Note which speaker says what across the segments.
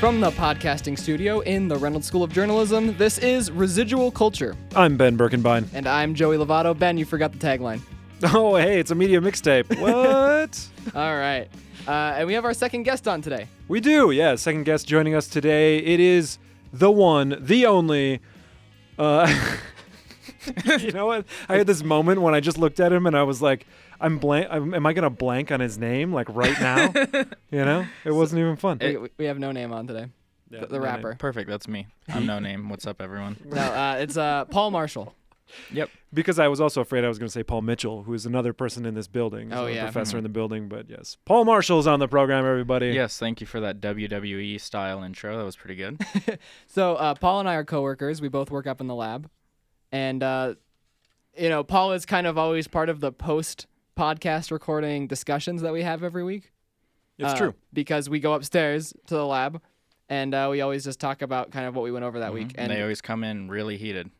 Speaker 1: From the podcasting studio in the Reynolds School of Journalism, this is Residual Culture.
Speaker 2: I'm Ben Birkenbein.
Speaker 1: And I'm Joey Lovato. Ben, you forgot the tagline.
Speaker 2: Oh, hey, it's a media mixtape. What?
Speaker 1: All right. Uh, and we have our second guest on today.
Speaker 2: we do, yeah. Second guest joining us today. It is the one, the only. Uh, you know what? I had this moment when I just looked at him and I was like, I'm blank. I'm, am I gonna blank on his name like right now? you know, it wasn't even fun.
Speaker 1: We, we have no name on today. The, the rapper.
Speaker 3: Perfect. That's me. I'm no name. What's up, everyone?
Speaker 1: No, uh, it's uh, Paul Marshall.
Speaker 3: Yep.
Speaker 2: because I was also afraid I was going to say Paul Mitchell, who is another person in this building. He's
Speaker 1: Oh,
Speaker 2: a
Speaker 1: yeah.
Speaker 2: professor in the building. But yes, Paul Marshall's on the program. Everybody.
Speaker 3: Yes. Thank you for that WWE style intro. That was pretty good.
Speaker 1: So uh, Paul and I are coworkers. We both work up in the lab, and uh, you know Paul is kind of always part of the post podcast recording discussions that we have every week.
Speaker 2: it's
Speaker 1: Uh,
Speaker 2: true.
Speaker 1: because we go upstairs to the lab, and uh, we always just talk about kind of what we went over that
Speaker 2: Mm-hmm.
Speaker 1: week. And
Speaker 3: And they always come in really heated.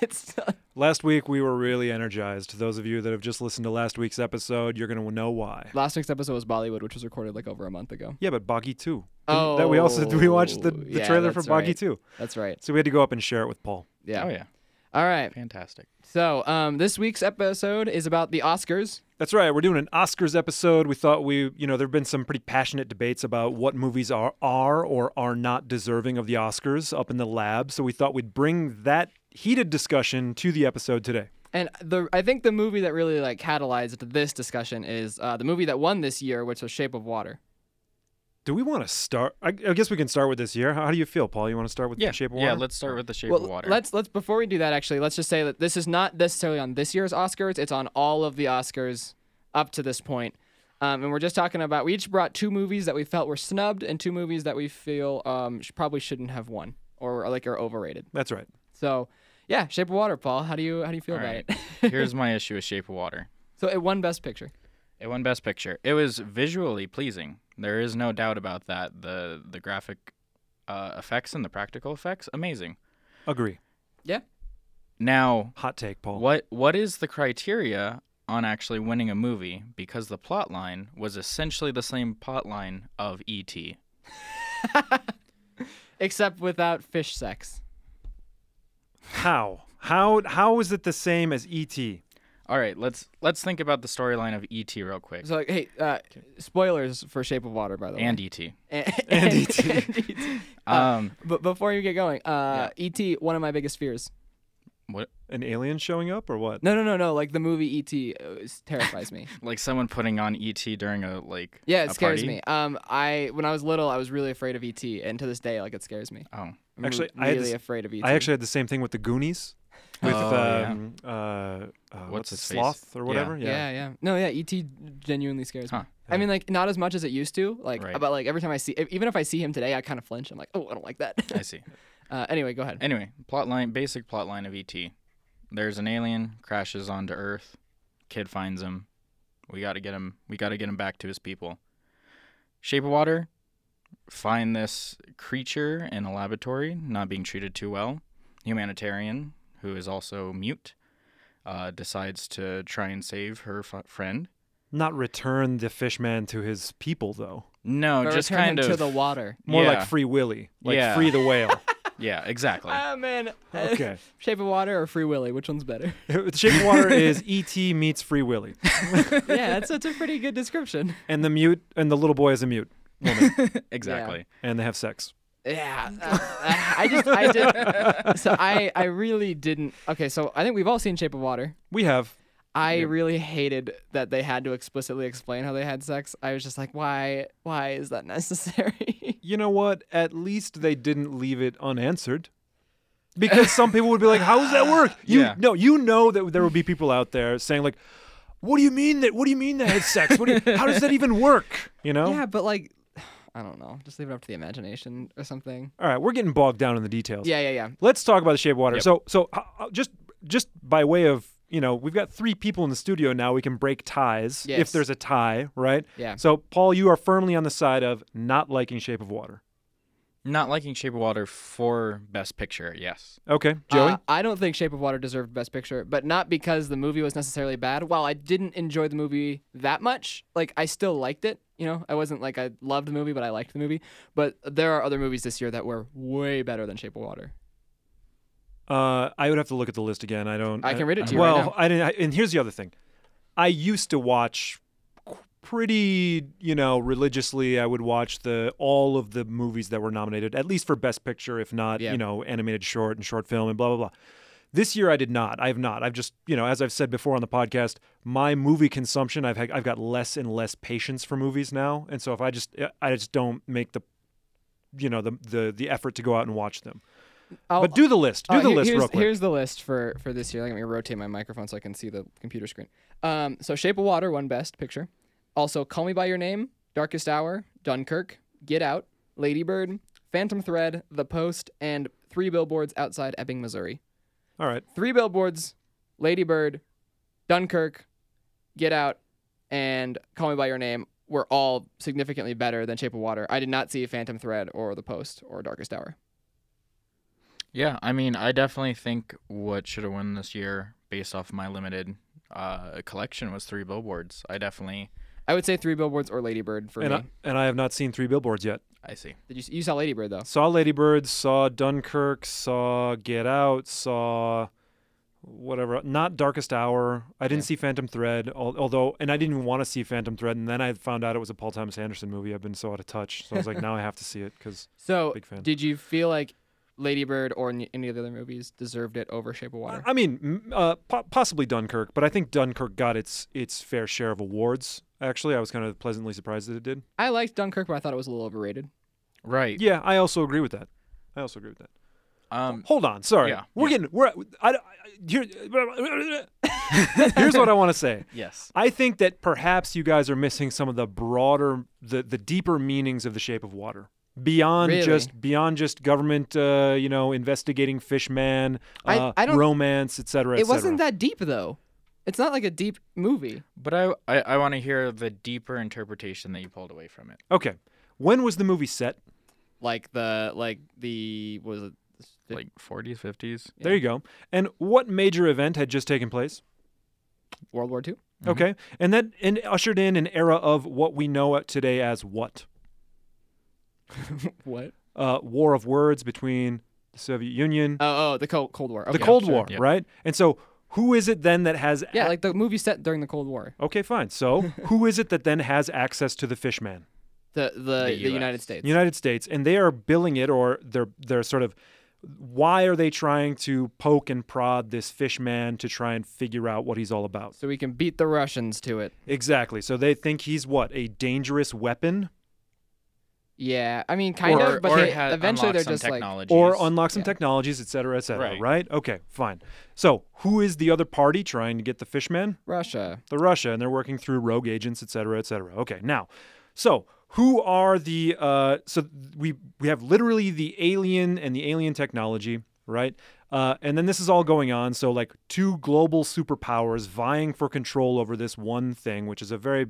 Speaker 1: it's
Speaker 2: Last week we were really energized. Those of you that have just listened to last week's episode, you're going to know why.
Speaker 1: last week's episode was Bollywood, which was recorded like over a month ago.
Speaker 2: Yeah, but Boggy 2. that we also we watched the, the
Speaker 1: Oh, yeah,
Speaker 2: trailer for
Speaker 1: that's
Speaker 2: Boggy
Speaker 1: right.
Speaker 2: 2.
Speaker 1: That's right.
Speaker 2: So we had to go up and share it with Paul.
Speaker 1: Yeah.
Speaker 3: Oh yeah.
Speaker 1: All right.
Speaker 3: Fantastic.
Speaker 1: So um, this week's episode is about the Oscars.
Speaker 2: That's right. We're doing an Oscars episode. We thought we, you know, there've been some pretty passionate debates about what movies are are or are not deserving of the Oscars up in the lab. So we thought we'd bring that heated discussion to the episode today.
Speaker 1: And the I think the movie that really like catalyzed this discussion is uh, the movie that won this year, which was Shape of Water.
Speaker 2: Do we want to start? I, I guess we can start with this year. How, how do you feel, Paul? You want to start with
Speaker 3: Yeah.
Speaker 2: the Shape of
Speaker 3: Yeah.
Speaker 2: Water?
Speaker 3: Let's start with the shape
Speaker 1: well,
Speaker 3: of water.
Speaker 1: let's let's before we do that actually, let's just say that this is not necessarily on this year's Oscars. It's on all of the Oscars up to this point. Um, and we're just talking about we each brought two movies that we felt were snubbed and two movies that we feel um, sh- probably shouldn't have won or like are overrated.
Speaker 2: That's right.
Speaker 1: So yeah, Shape of Water, Paul. How do you how do you feel
Speaker 3: All
Speaker 1: about
Speaker 3: right.
Speaker 1: it?
Speaker 3: Here's my issue with shape of water.
Speaker 1: so it won Best Picture.
Speaker 3: It won Best Picture. It was visually pleasing. There is no doubt about that. The the graphic uh, effects and the practical effects, amazing.
Speaker 2: Agree.
Speaker 1: Yeah.
Speaker 3: Now,
Speaker 2: Hot take, Paul.
Speaker 3: What what is the criteria on actually winning a movie? Because the plot line was essentially the same plot line of E E.T.
Speaker 1: Except without fish sex.
Speaker 2: How? How? How is it the same as E E.T.?
Speaker 3: All right, let's let's think about the storyline of E.T. real quick.
Speaker 1: So hey, uh, spoilers for Shape of Water, by the way.
Speaker 3: and E.T.
Speaker 1: and,
Speaker 2: E.T..
Speaker 1: E.T..
Speaker 3: Um,
Speaker 1: But before you get going, uh, E.T. One of my biggest fears.
Speaker 3: what
Speaker 2: An alien showing up or what?
Speaker 1: No, no, no, no. Like the movie E.T. uh, is- terrifies me.
Speaker 3: like someone putting on E.T. during a like
Speaker 1: Yeah, it
Speaker 3: a
Speaker 1: scares
Speaker 3: party?
Speaker 1: me. Um, I when I was little, I was really afraid of E.T. and to this day, like it scares me.
Speaker 3: Oh,
Speaker 1: I'm
Speaker 2: Actually,
Speaker 1: re-
Speaker 2: I had
Speaker 1: really
Speaker 2: this-
Speaker 1: afraid of E E.T.
Speaker 2: I actually had the same thing with the Goonies. With
Speaker 3: E Oh, yeah.
Speaker 2: um, uh, uh, what's,
Speaker 3: his
Speaker 2: it,
Speaker 3: face?
Speaker 2: sloth or
Speaker 3: Yeah.
Speaker 2: whatever?
Speaker 1: yeah. yeah, No, yeah, E.T. genuinely scares
Speaker 3: Huh.
Speaker 1: me. I mean, like not as much as it used to. Like,
Speaker 3: Right.
Speaker 1: but like every time I see, e, even if I see him today, I kind of flinch. I'm like, oh, I don't like that.
Speaker 3: I see.
Speaker 1: uh, anyway, go ahead.
Speaker 3: Anyway, plot line, basic plot line of E.T. There's an alien crashes onto Earth. Kid finds him. We got to get him. We got to get him back to his people. Shape of Water find this creature in a laboratory not being treated too well. Humanitarian, who is also mute, uh, decides to try and save her f- friend.
Speaker 2: Not return the fishman to his people though.
Speaker 3: No,
Speaker 1: Or
Speaker 3: just
Speaker 1: return him
Speaker 3: kind of
Speaker 1: to the water.
Speaker 2: More
Speaker 3: Yeah.
Speaker 2: like Free Willy, like
Speaker 3: Yeah.
Speaker 2: free the whale.
Speaker 3: yeah, exactly.
Speaker 1: Ah man.
Speaker 2: Okay.
Speaker 1: Shape of Water or Free Willy, which one's better?
Speaker 2: Shape of Water is E.T. meets Free Willy,
Speaker 1: yeah, that's that's a pretty good description.
Speaker 2: and the mute and the little boy is a mute,
Speaker 3: exactly.
Speaker 2: and they have sex.
Speaker 1: Yeah, uh, I just I did. So I I really didn't. Okay, so I think we've all seen Shape of Water.
Speaker 2: We have
Speaker 1: I really hated that they had to explicitly explain how they had sex. I was just like, why? Why is that necessary?
Speaker 2: you know what? At least they didn't leave it unanswered. Because some people would be like, "How does that work?" You
Speaker 3: Yeah.
Speaker 2: no, you know that there would be people out there saying like, "What do you mean that? What do you mean they had sex? What do you, how does that even work?" You know?
Speaker 1: Yeah, but like, I don't know. Just leave it up to the imagination or something.
Speaker 2: All right, we're getting bogged down in the details.
Speaker 1: Yeah, yeah, yeah.
Speaker 2: Let's talk about the Shape of Water. So, so h- h- just just by way of you know, we've got three people in the studio now. We can break ties if
Speaker 1: Yes.
Speaker 2: there's a tie, right?
Speaker 1: Yeah.
Speaker 2: So, Paul, you are firmly on the side of not liking Shape of Water.
Speaker 3: Not liking Shape of Water for Best Picture. Yes.
Speaker 2: Okay, Joey.
Speaker 1: Uh, I don't think Shape of Water deserved Best Picture, but not because the movie was necessarily bad. While I didn't enjoy the movie that much, like I still liked it. You know, I wasn't like I loved the movie, but I liked the movie. But there are other movies this year that were way better than Shape of Water.
Speaker 2: Uh, I would have to look at the list again. I don't.
Speaker 1: I can read it to you right
Speaker 2: Well,
Speaker 1: now.
Speaker 2: I didn't. I, and here's the other thing. I used to watch qu- pretty, you know, religiously. I would watch the all of the movies that were nominated, at least for Best Picture, if not,
Speaker 1: Yeah.
Speaker 2: you know, animated short and short film and blah blah blah. This year I did not. I have not. I've just, you know, as I've said before on the podcast, my movie consumption, I've had, I've got less and less patience for movies now, and so if I just, I just don't make the, you know, the the the effort to go out and watch them.
Speaker 1: I'll-
Speaker 2: but do the list. Do
Speaker 1: Uh,
Speaker 2: the
Speaker 1: here-
Speaker 2: list
Speaker 1: here's,
Speaker 2: real quick.
Speaker 1: Here's the list for for this year. Let me rotate my microphone so I can see the computer screen. Um, so Shape of Water won Best Picture. Also, Call Me by Your Name, Darkest Hour, Dunkirk, Get Out, Lady Bird, Phantom Thread, The Post, and Three Billboards Outside Ebbing, Missouri.
Speaker 2: All right.
Speaker 1: Three Billboards, Lady Bird, Dunkirk, Get Out, and Call Me by Your Name were all significantly better than Shape of Water. I did not see Phantom Thread or The Post or Darkest Hour.
Speaker 3: Yeah, I mean, I definitely think what should have won this year, based off my limited uh, collection, was Three Billboards. I definitely,
Speaker 1: I would say Three Billboards or Lady Bird for
Speaker 2: and
Speaker 1: me.
Speaker 2: I, and I have not seen Three Billboards yet.
Speaker 3: I see.
Speaker 1: Did you s- you saw Lady Bird though?
Speaker 2: Saw Lady Bird, saw Dunkirk, saw Get Out, saw whatever. Not Darkest Hour. I didn't
Speaker 1: Yeah.
Speaker 2: see Phantom Thread, al- although, and I didn't even want to see Phantom Thread. And then I found out it was a Paul Thomas Anderson movie. I've been so out of touch. So I was like, now I have to see it because
Speaker 1: So,
Speaker 2: big fan.
Speaker 1: did you feel like Lady Bird or any any of the other movies deserved it over Shape of
Speaker 2: I,
Speaker 1: Water?
Speaker 2: I mean, m- uh, po- possibly Dunkirk, but I think Dunkirk got its its fair share of awards. Actually, I was kind of pleasantly surprised that it did.
Speaker 1: I liked Dunkirk, but I thought it was a little overrated.
Speaker 3: Right.
Speaker 2: Yeah, I also agree with that. I also agree with that.
Speaker 3: Um.
Speaker 2: Hold on, sorry.
Speaker 3: Yeah,
Speaker 2: we're getting we're I, I, here, Here's what I want to say.
Speaker 3: Yes.
Speaker 2: I think that perhaps you guys are missing some of the broader, the the deeper meanings of the shape of water beyond
Speaker 1: Really?
Speaker 2: just beyond just government, uh, you know, investigating fishman,
Speaker 1: I-
Speaker 2: uh,
Speaker 1: I don't-
Speaker 2: romance, et cetera, et
Speaker 1: It wasn't
Speaker 2: cetera.
Speaker 1: that deep though. It's not like a deep movie.
Speaker 3: But I I, I want to hear the deeper interpretation that you pulled away from it.
Speaker 2: Okay, when was the movie set?
Speaker 1: Like the like the was it the-
Speaker 3: Like 40s, 50s.
Speaker 2: There you go. And what major event had just taken place?
Speaker 1: World War II?
Speaker 3: Mhm.
Speaker 2: Okay, and that and ushered in an era of what we know today as what
Speaker 1: What?
Speaker 2: uh, war of words between the Soviet Union,
Speaker 1: Oh, oh, the Cold Cold War.
Speaker 2: the
Speaker 1: Okay,
Speaker 2: Cold
Speaker 1: sure.
Speaker 2: War,
Speaker 3: yeah.
Speaker 2: right? And so, who is it then that has?
Speaker 1: Yeah, like the movie set during the Cold War.
Speaker 2: okay, fine. So, who is it that then has access to the fishman?
Speaker 1: The the, the,
Speaker 3: US.
Speaker 1: United States.
Speaker 2: The United States, and they are billing it, or they're they're sort of. Why are they trying to poke and prod this fishman to try and figure out what he's all about?
Speaker 1: so we can beat the Russians to it.
Speaker 2: Exactly. So they think he's what a dangerous weapon,
Speaker 1: Yeah, I mean, kind
Speaker 3: or,
Speaker 1: of, but
Speaker 3: or
Speaker 1: they-
Speaker 3: ha-
Speaker 1: eventually
Speaker 3: unlock
Speaker 1: they're
Speaker 3: some
Speaker 1: just like,
Speaker 3: technologies.
Speaker 2: or unlock some
Speaker 1: Yeah.
Speaker 2: technologies, et cetera, et cetera.
Speaker 3: Right.
Speaker 2: right? Okay, fine. So who is the other party trying to get the fishman?
Speaker 1: Russia.
Speaker 2: the Russia, and they're working through rogue agents, et cetera, et cetera. Okay, now, so who are the? Uh, so we we have literally the alien and the alien technology, right? Uh, and then this is all going on. So like two global superpowers vying for control over this one thing, which is a very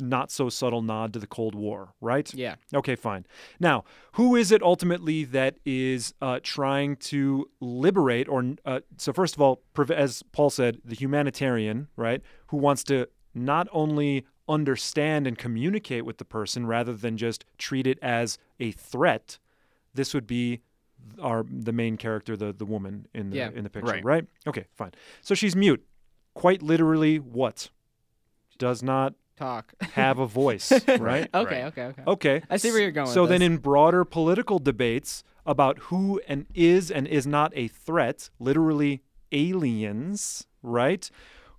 Speaker 2: not so subtle nod to the Cold War, right?
Speaker 1: Yeah.
Speaker 2: Okay, fine. Now, who is it ultimately that is uh, trying to liberate, or uh, so? First of all, prov- as Paul said, the humanitarian, right, who wants to not only understand and communicate with the person rather than just treat it as a threat. This would be our the main character, the the woman in the
Speaker 1: Yeah.
Speaker 2: in the picture,
Speaker 3: Right.
Speaker 2: right? Okay, fine. So she's mute. Quite literally, what does not
Speaker 1: Talk. Oh.
Speaker 2: have a voice, right?
Speaker 1: Okay, okay, okay.
Speaker 2: Okay.
Speaker 1: I see where you're going
Speaker 2: So
Speaker 1: with
Speaker 2: then,
Speaker 1: this.
Speaker 2: in broader political debates about who and is and is not a threat, literally aliens, right?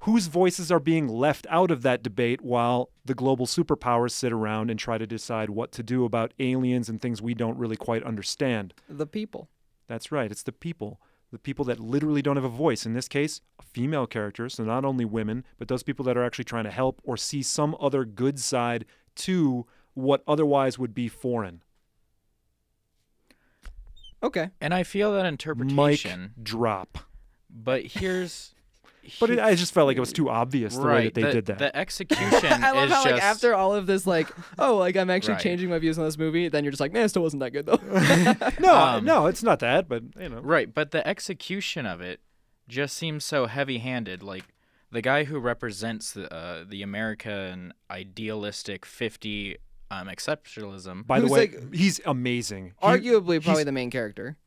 Speaker 2: Whose voices are being left out of that debate while the global superpowers sit around and try to decide what to do about aliens and things we don't really quite understand?
Speaker 1: The people.
Speaker 2: That's right, it's the people. The people that literally don't have a voice. In this case, a female character, so not only women, but those people that are actually trying to help or see some other good side to what otherwise would be foreign.
Speaker 1: Okay.
Speaker 3: And I feel that
Speaker 2: Mic
Speaker 3: interpretation.
Speaker 2: drop.
Speaker 3: But here's.
Speaker 2: But it,
Speaker 3: he-
Speaker 2: I just felt like it was too obvious the way
Speaker 3: right,
Speaker 2: that they
Speaker 3: the-
Speaker 2: did that.
Speaker 3: The execution
Speaker 1: I love
Speaker 3: is
Speaker 1: how
Speaker 3: just
Speaker 1: like after all of this, like, oh, like I'm actually
Speaker 3: Right.
Speaker 1: changing my views on this movie, then you're just like, man, it still wasn't that good though.
Speaker 2: no,
Speaker 3: um,
Speaker 2: no, it's not that, but you know.
Speaker 3: right, but the execution of it just seems so heavy-handed. Like the guy who represents the uh, the American idealistic fifty um, exceptionalism.
Speaker 2: By
Speaker 1: Who's
Speaker 2: the way,
Speaker 1: like-
Speaker 2: he's amazing. He-
Speaker 1: Arguably, probably
Speaker 2: he's-
Speaker 1: the main character.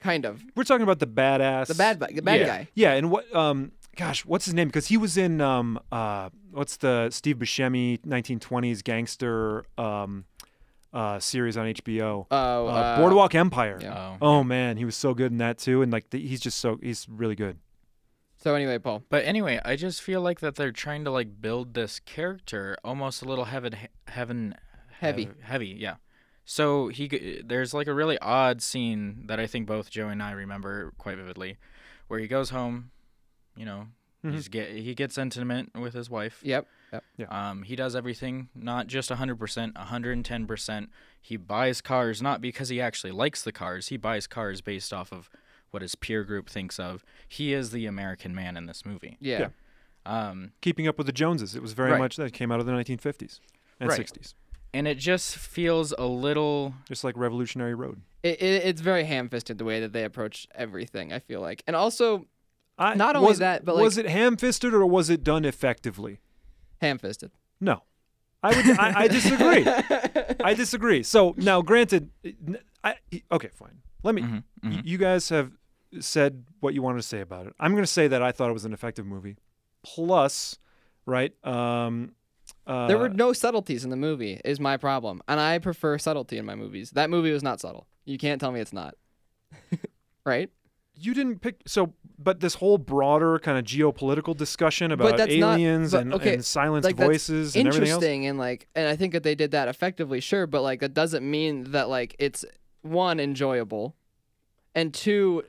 Speaker 1: Kind of
Speaker 2: we're talking about the badass.
Speaker 1: the bad bu- the bad
Speaker 3: Yeah.
Speaker 1: guy.
Speaker 2: Yeah, and what? Um, gosh, what's his name? Because he was in um, uh, what's the Steve Buscemi 1920s gangster um, uh, series on HBO?
Speaker 1: Oh,
Speaker 2: Uh,
Speaker 1: uh,
Speaker 2: Boardwalk Empire.
Speaker 1: yeah.
Speaker 3: Oh.
Speaker 2: Oh man, he was so good in that too, and like the, he's just so he's really good.
Speaker 1: So anyway, Paul.
Speaker 3: But anyway, I just feel like that they're trying to like build this character almost a little heaven, heaven,
Speaker 1: Heavy.
Speaker 3: hev- heavy, yeah. So he g- there's like a really odd scene that I think both Joe and I remember quite vividly, where he goes home, you know,
Speaker 2: Mhm.
Speaker 3: he's get he gets intimate with his wife.
Speaker 1: Yep.
Speaker 3: Um, he does everything, not just 100%, 110%. He buys cars not because he actually likes the cars. He buys cars based off of what his peer group thinks of. He is the American man in this movie.
Speaker 1: Yeah.
Speaker 2: Yeah.
Speaker 3: Um,
Speaker 2: Keeping up with the Joneses, it was very
Speaker 3: Right.
Speaker 2: much that came out of the 1950s and
Speaker 3: Right.
Speaker 2: 60s,
Speaker 3: and it just feels a little
Speaker 2: just like Revolutionary Road.
Speaker 1: It, it, it's very ham-fisted the way that they approach everything. I feel like, and also
Speaker 2: I,
Speaker 1: Not only
Speaker 2: was-
Speaker 1: that, but,
Speaker 2: was it ham-fisted or was it done effectively?
Speaker 1: ham-fisted.
Speaker 2: No, I would. I, I disagree. I disagree. So now, granted, n- I, okay, fine. Let me.
Speaker 3: Mhm,
Speaker 2: y-
Speaker 3: mhm.
Speaker 2: You guys have said what you wanted to say about it. I'm going to say that I thought it was an effective movie. Plus, right? Um, uh,
Speaker 1: There were no subtleties in the movie, is my problem. And I prefer subtlety in my movies. That movie was not subtle. You can't tell me it's not. right?
Speaker 2: you didn't pick so, but this whole broader kind of geopolitical discussion about
Speaker 1: that's not-
Speaker 2: aliens
Speaker 1: but,
Speaker 2: and,
Speaker 1: okay,
Speaker 2: and silenced
Speaker 1: like, that's
Speaker 2: voices and everything else.
Speaker 1: Interesting and like and I think that they did that effectively, sure, but like that doesn't mean that like it's one enjoyable and two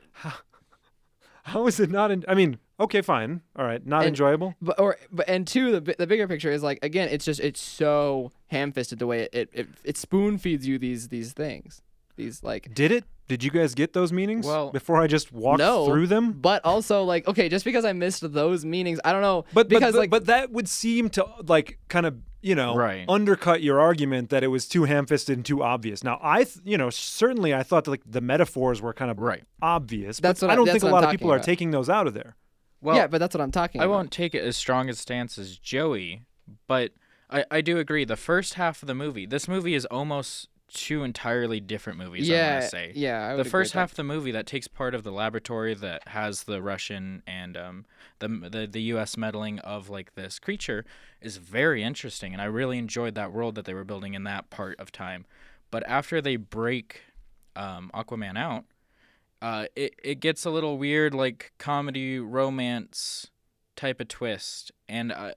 Speaker 2: How is it not? In, I mean, okay, fine, all right, not
Speaker 1: And-
Speaker 2: enjoyable.
Speaker 1: but or but and two the bi- the bigger picture is like again it's just it's so ham-fisted the way it it, it, it spoon feeds you these these things these like
Speaker 2: Did it? Did you guys get those meanings
Speaker 3: Well,
Speaker 2: before I just walked
Speaker 1: no,
Speaker 2: through them?
Speaker 1: but also like okay just because I missed those meanings I don't know
Speaker 2: But
Speaker 1: because
Speaker 2: but,
Speaker 1: like
Speaker 2: but that would seem to like kind of you know
Speaker 3: Right.
Speaker 2: undercut your argument that it was too ham-fisted and too obvious. Now I th- you know certainly I thought that like the metaphors were kind of
Speaker 3: Right.
Speaker 2: obvious.
Speaker 1: That's
Speaker 2: but
Speaker 1: what
Speaker 2: I
Speaker 1: I-
Speaker 2: don't
Speaker 1: that's
Speaker 2: think a
Speaker 1: what I'm
Speaker 2: lot of people
Speaker 1: talking
Speaker 2: are
Speaker 1: about.
Speaker 2: taking those out of there.
Speaker 3: well
Speaker 1: yeah but that's what I'm talking
Speaker 3: i
Speaker 1: about.
Speaker 3: won't take it as strong a stance as joey but I, I do agree the first half of the movie this movie is almost two entirely different movies i
Speaker 1: yeah,
Speaker 3: want to say
Speaker 1: Yeah, I would
Speaker 3: the
Speaker 1: agree
Speaker 3: first
Speaker 1: with that.
Speaker 3: half of the movie that takes part of the laboratory that has the Russian and um, the, the the U.S. meddling of like this creature is very interesting, and I really enjoyed that world that they were building in that part of time. But after they break um, Aquaman out, uh, it it gets a little weird, like comedy romance type of twist, and I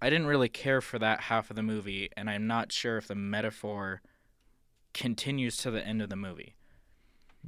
Speaker 3: I didn't really care for that half of the movie, and I'm not sure if the metaphor continues to the end of the movie.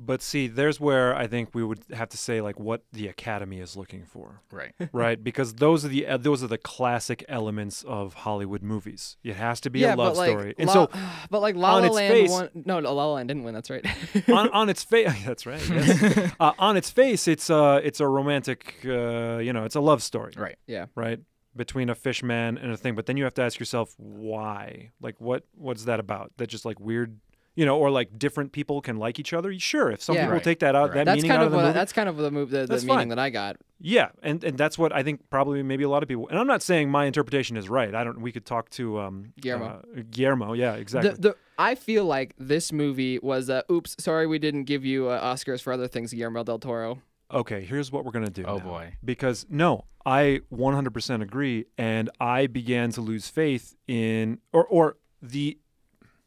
Speaker 2: But see, there's where I think we would have to say like what the Academy is looking for.
Speaker 3: Right.
Speaker 2: right because those are the uh, those are the classic elements of hollywood movies it has to be
Speaker 1: yeah,
Speaker 2: a love
Speaker 1: but like,
Speaker 2: story and
Speaker 1: La-
Speaker 2: so
Speaker 1: but like La
Speaker 2: on
Speaker 1: La
Speaker 2: its
Speaker 1: Land
Speaker 2: face-
Speaker 1: won. No, no, La La Land didn't win. That's right.
Speaker 2: on, on its face, that's right. Yes. uh, on its face, it's a it's a romantic, uh, you know, it's a love story,
Speaker 3: Right.
Speaker 1: yeah,
Speaker 2: right? Between a fishman and a thing. But then you have to ask yourself why. Like, what what's that about? That just like weird, you know, or like different people can like each other. Sure, if some
Speaker 1: Yeah.
Speaker 2: people
Speaker 3: Right.
Speaker 2: take that out,
Speaker 3: Right.
Speaker 2: that
Speaker 1: that's
Speaker 2: meaning
Speaker 1: kind of,
Speaker 2: out of the
Speaker 1: what,
Speaker 2: movie.
Speaker 1: that's kind of the move. The, the
Speaker 2: That's
Speaker 1: meaning
Speaker 2: fine.
Speaker 1: that I got.
Speaker 2: Yeah, and and that's what I think probably maybe a lot of people. And I'm not saying my interpretation is right. I don't. We could talk to um,
Speaker 1: Guillermo.
Speaker 2: uh, Guillermo. Yeah, exactly.
Speaker 1: The, the I feel like this movie was. Uh, oops, sorry, we didn't give you uh, Oscars for other things. Guillermo del Toro.
Speaker 2: okay, here's what we're going to do.
Speaker 3: Oh,
Speaker 2: now.
Speaker 3: boy.
Speaker 2: Because no, I 100% agree and I began to lose faith in or or the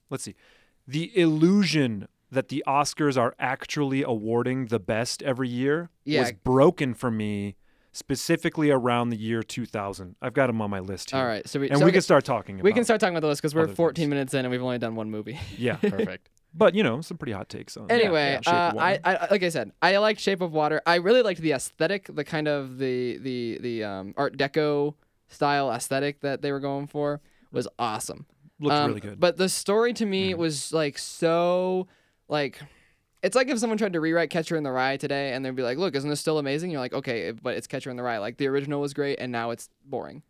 Speaker 2: let's see. The illusion that the Oscars are actually awarding the best every year was
Speaker 1: Yeah.
Speaker 2: broken for me specifically around the year 2000. I've got them on my list here.
Speaker 1: All right, so we
Speaker 2: And
Speaker 1: so
Speaker 2: we
Speaker 1: okay,
Speaker 2: can start talking about
Speaker 1: we can start talking about the list because we're
Speaker 2: other
Speaker 1: 14
Speaker 2: things.
Speaker 1: minutes in and we've only done one movie.
Speaker 2: Yeah.
Speaker 3: Perfect.
Speaker 2: But you know, some pretty hot takes on
Speaker 1: Anyway,
Speaker 2: Shape of
Speaker 1: uh,
Speaker 2: Water.
Speaker 1: I, I like I said, I liked Shape of Water. I really liked the aesthetic, the kind of the the the um, Art Deco style aesthetic that they were going for was awesome.
Speaker 2: looks
Speaker 1: Um,
Speaker 2: really good. Mm-hmm.
Speaker 1: But the story to me was like so like it's like if someone tried to rewrite Catcher in the Rye today and they'd be like, "Look, isn't this still amazing?" You're like, "Okay, but it's Catcher in the Rye. Like the original was great and now it's boring."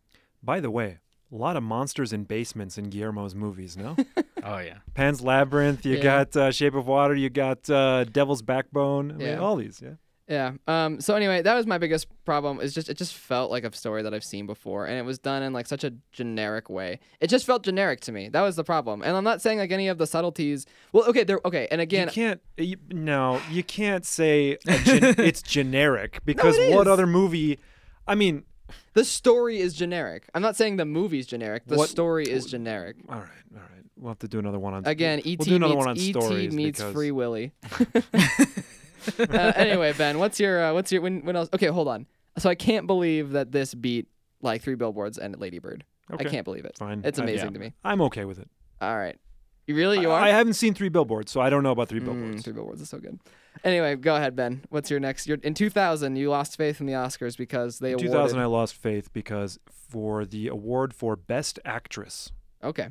Speaker 2: By the way, a lot of monsters in basements in Guillermo's movies, no?
Speaker 3: Oh yeah.
Speaker 2: Pan's Labyrinth. You
Speaker 1: Yeah.
Speaker 2: got uh, Shape of Water. You got uh, Devil's Backbone. I mean,
Speaker 1: Yeah.
Speaker 2: all these. Yeah.
Speaker 1: Yeah. Um. So anyway, that was my biggest problem. Is just it just felt like a story that I've seen before, and it was done in like such a generic way. It just felt generic to me. That was the problem. And I'm not saying like any of the subtleties. Well, okay, there. Okay, and again,
Speaker 2: you can't. uh, You, no, you can't say a gen- it's generic because
Speaker 1: it
Speaker 2: what
Speaker 1: is.
Speaker 2: other movie? I mean,
Speaker 1: the story is generic. I'm not saying the movie's generic. The
Speaker 2: What-
Speaker 1: story is generic.
Speaker 2: all right, all right. We'll have to do another one on
Speaker 1: Again,
Speaker 2: We'll
Speaker 1: ET
Speaker 2: do another one on
Speaker 1: meets ET
Speaker 2: stories
Speaker 1: meets
Speaker 2: because-
Speaker 1: Free Willy. uh, anyway, Ben, what's your uh, what's your when when else? Okay, hold on. So I can't believe that this beat like three billboards and Lady Bird.
Speaker 2: Okay.
Speaker 1: I can't believe it.
Speaker 2: Fine.
Speaker 1: It's
Speaker 2: I-
Speaker 1: amazing
Speaker 3: yeah.
Speaker 1: to me.
Speaker 2: I'm okay with it.
Speaker 1: All right. You really you
Speaker 2: I-
Speaker 1: are?
Speaker 2: I, haven't seen Three Billboards, so I don't know about Three
Speaker 1: Mm,
Speaker 2: Billboards.
Speaker 1: three billboards is so good. Anyway, go ahead, Ben. What's your next? Your, in 2000, you lost faith in the Oscars because they
Speaker 2: In
Speaker 1: awarded.
Speaker 2: 2000, I lost faith because for the award for Best Actress,
Speaker 1: Okay.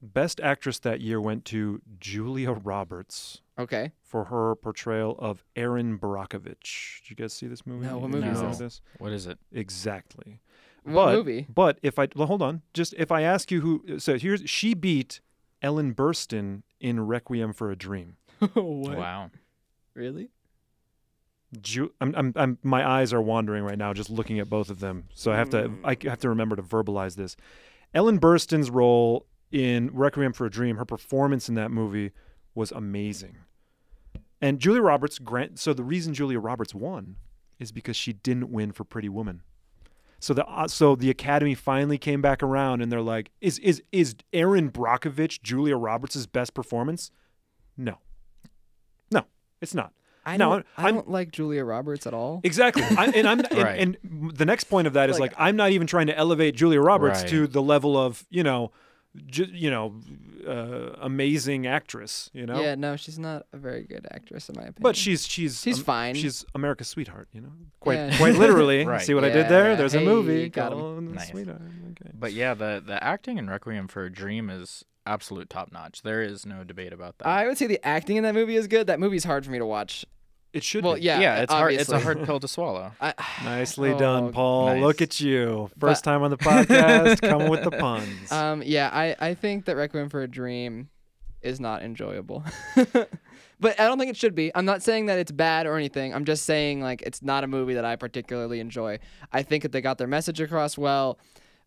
Speaker 2: Best Actress that year went to Julia Roberts
Speaker 1: Okay.
Speaker 2: for her portrayal of Erin Brockovich. Did you guys see this movie?
Speaker 1: No, what
Speaker 2: Did you
Speaker 3: movie is
Speaker 2: know
Speaker 3: this?
Speaker 2: this?
Speaker 3: What is it?
Speaker 2: Exactly.
Speaker 1: What
Speaker 2: but,
Speaker 1: movie?
Speaker 2: But if I well, hold on, just if I ask you who, so here's she beat Ellen Burstyn in Requiem for a Dream.
Speaker 1: what?
Speaker 3: Wow.
Speaker 1: Really?
Speaker 2: Ju- I'm, I'm, I'm, my eyes are wandering right now, just looking at both of them. So I have to, I have to remember to verbalize this. Ellen Burstyn's role in *Requiem for a Dream*, her performance in that movie was amazing. And Julia Roberts, grant. So the reason Julia Roberts won is because she didn't win for *Pretty Woman*. So the uh, so the Academy finally came back around, and they're like, "Is is is Aaron Brockovich Julia Roberts' best performance?" No. No, it's not.
Speaker 1: I
Speaker 2: No,
Speaker 1: don't, I
Speaker 2: I'm-
Speaker 1: don't like Julia Roberts at all.
Speaker 2: Exactly. I, and I'm and,
Speaker 3: Right.
Speaker 2: and m- the next point of that is like,
Speaker 1: Like,
Speaker 2: I'm not even trying to elevate Julia Roberts
Speaker 3: Right.
Speaker 2: to the level of, you know, ju- you know, uh, amazing actress, you know.
Speaker 1: Yeah, no, she's not a very good actress in my opinion.
Speaker 2: But um, she's she's
Speaker 1: She's fine.
Speaker 2: She's America's sweetheart, you know. Quite
Speaker 1: Yeah.
Speaker 2: quite literally.
Speaker 3: Right.
Speaker 2: See what I
Speaker 1: Yeah,
Speaker 2: did there?
Speaker 1: yeah.
Speaker 2: There's
Speaker 1: Hey,
Speaker 2: a movie
Speaker 1: got 'em.
Speaker 2: called
Speaker 3: Nice.
Speaker 2: Sweetheart. Okay.
Speaker 3: But yeah, the the acting in Requiem for a Dream is absolute top notch. There is no debate about that.
Speaker 1: I would say the acting in that movie is good. That movie's hard for me to watch.
Speaker 2: It should
Speaker 1: Well,
Speaker 2: be.
Speaker 1: yeah.
Speaker 3: yeah, it's hard. It's a
Speaker 1: obviously.
Speaker 3: hard pill to swallow.
Speaker 1: I,
Speaker 2: Nicely
Speaker 1: Oh,
Speaker 2: done, Paul.
Speaker 3: nice.
Speaker 2: Look at you. First time on the podcast, coming with the puns.
Speaker 1: Um, yeah, I, I think that Requiem for a Dream is not enjoyable. but I don't think it should be. I'm not saying that it's bad or anything. I'm just saying like it's not a movie that I particularly enjoy. I think that they got their message across well,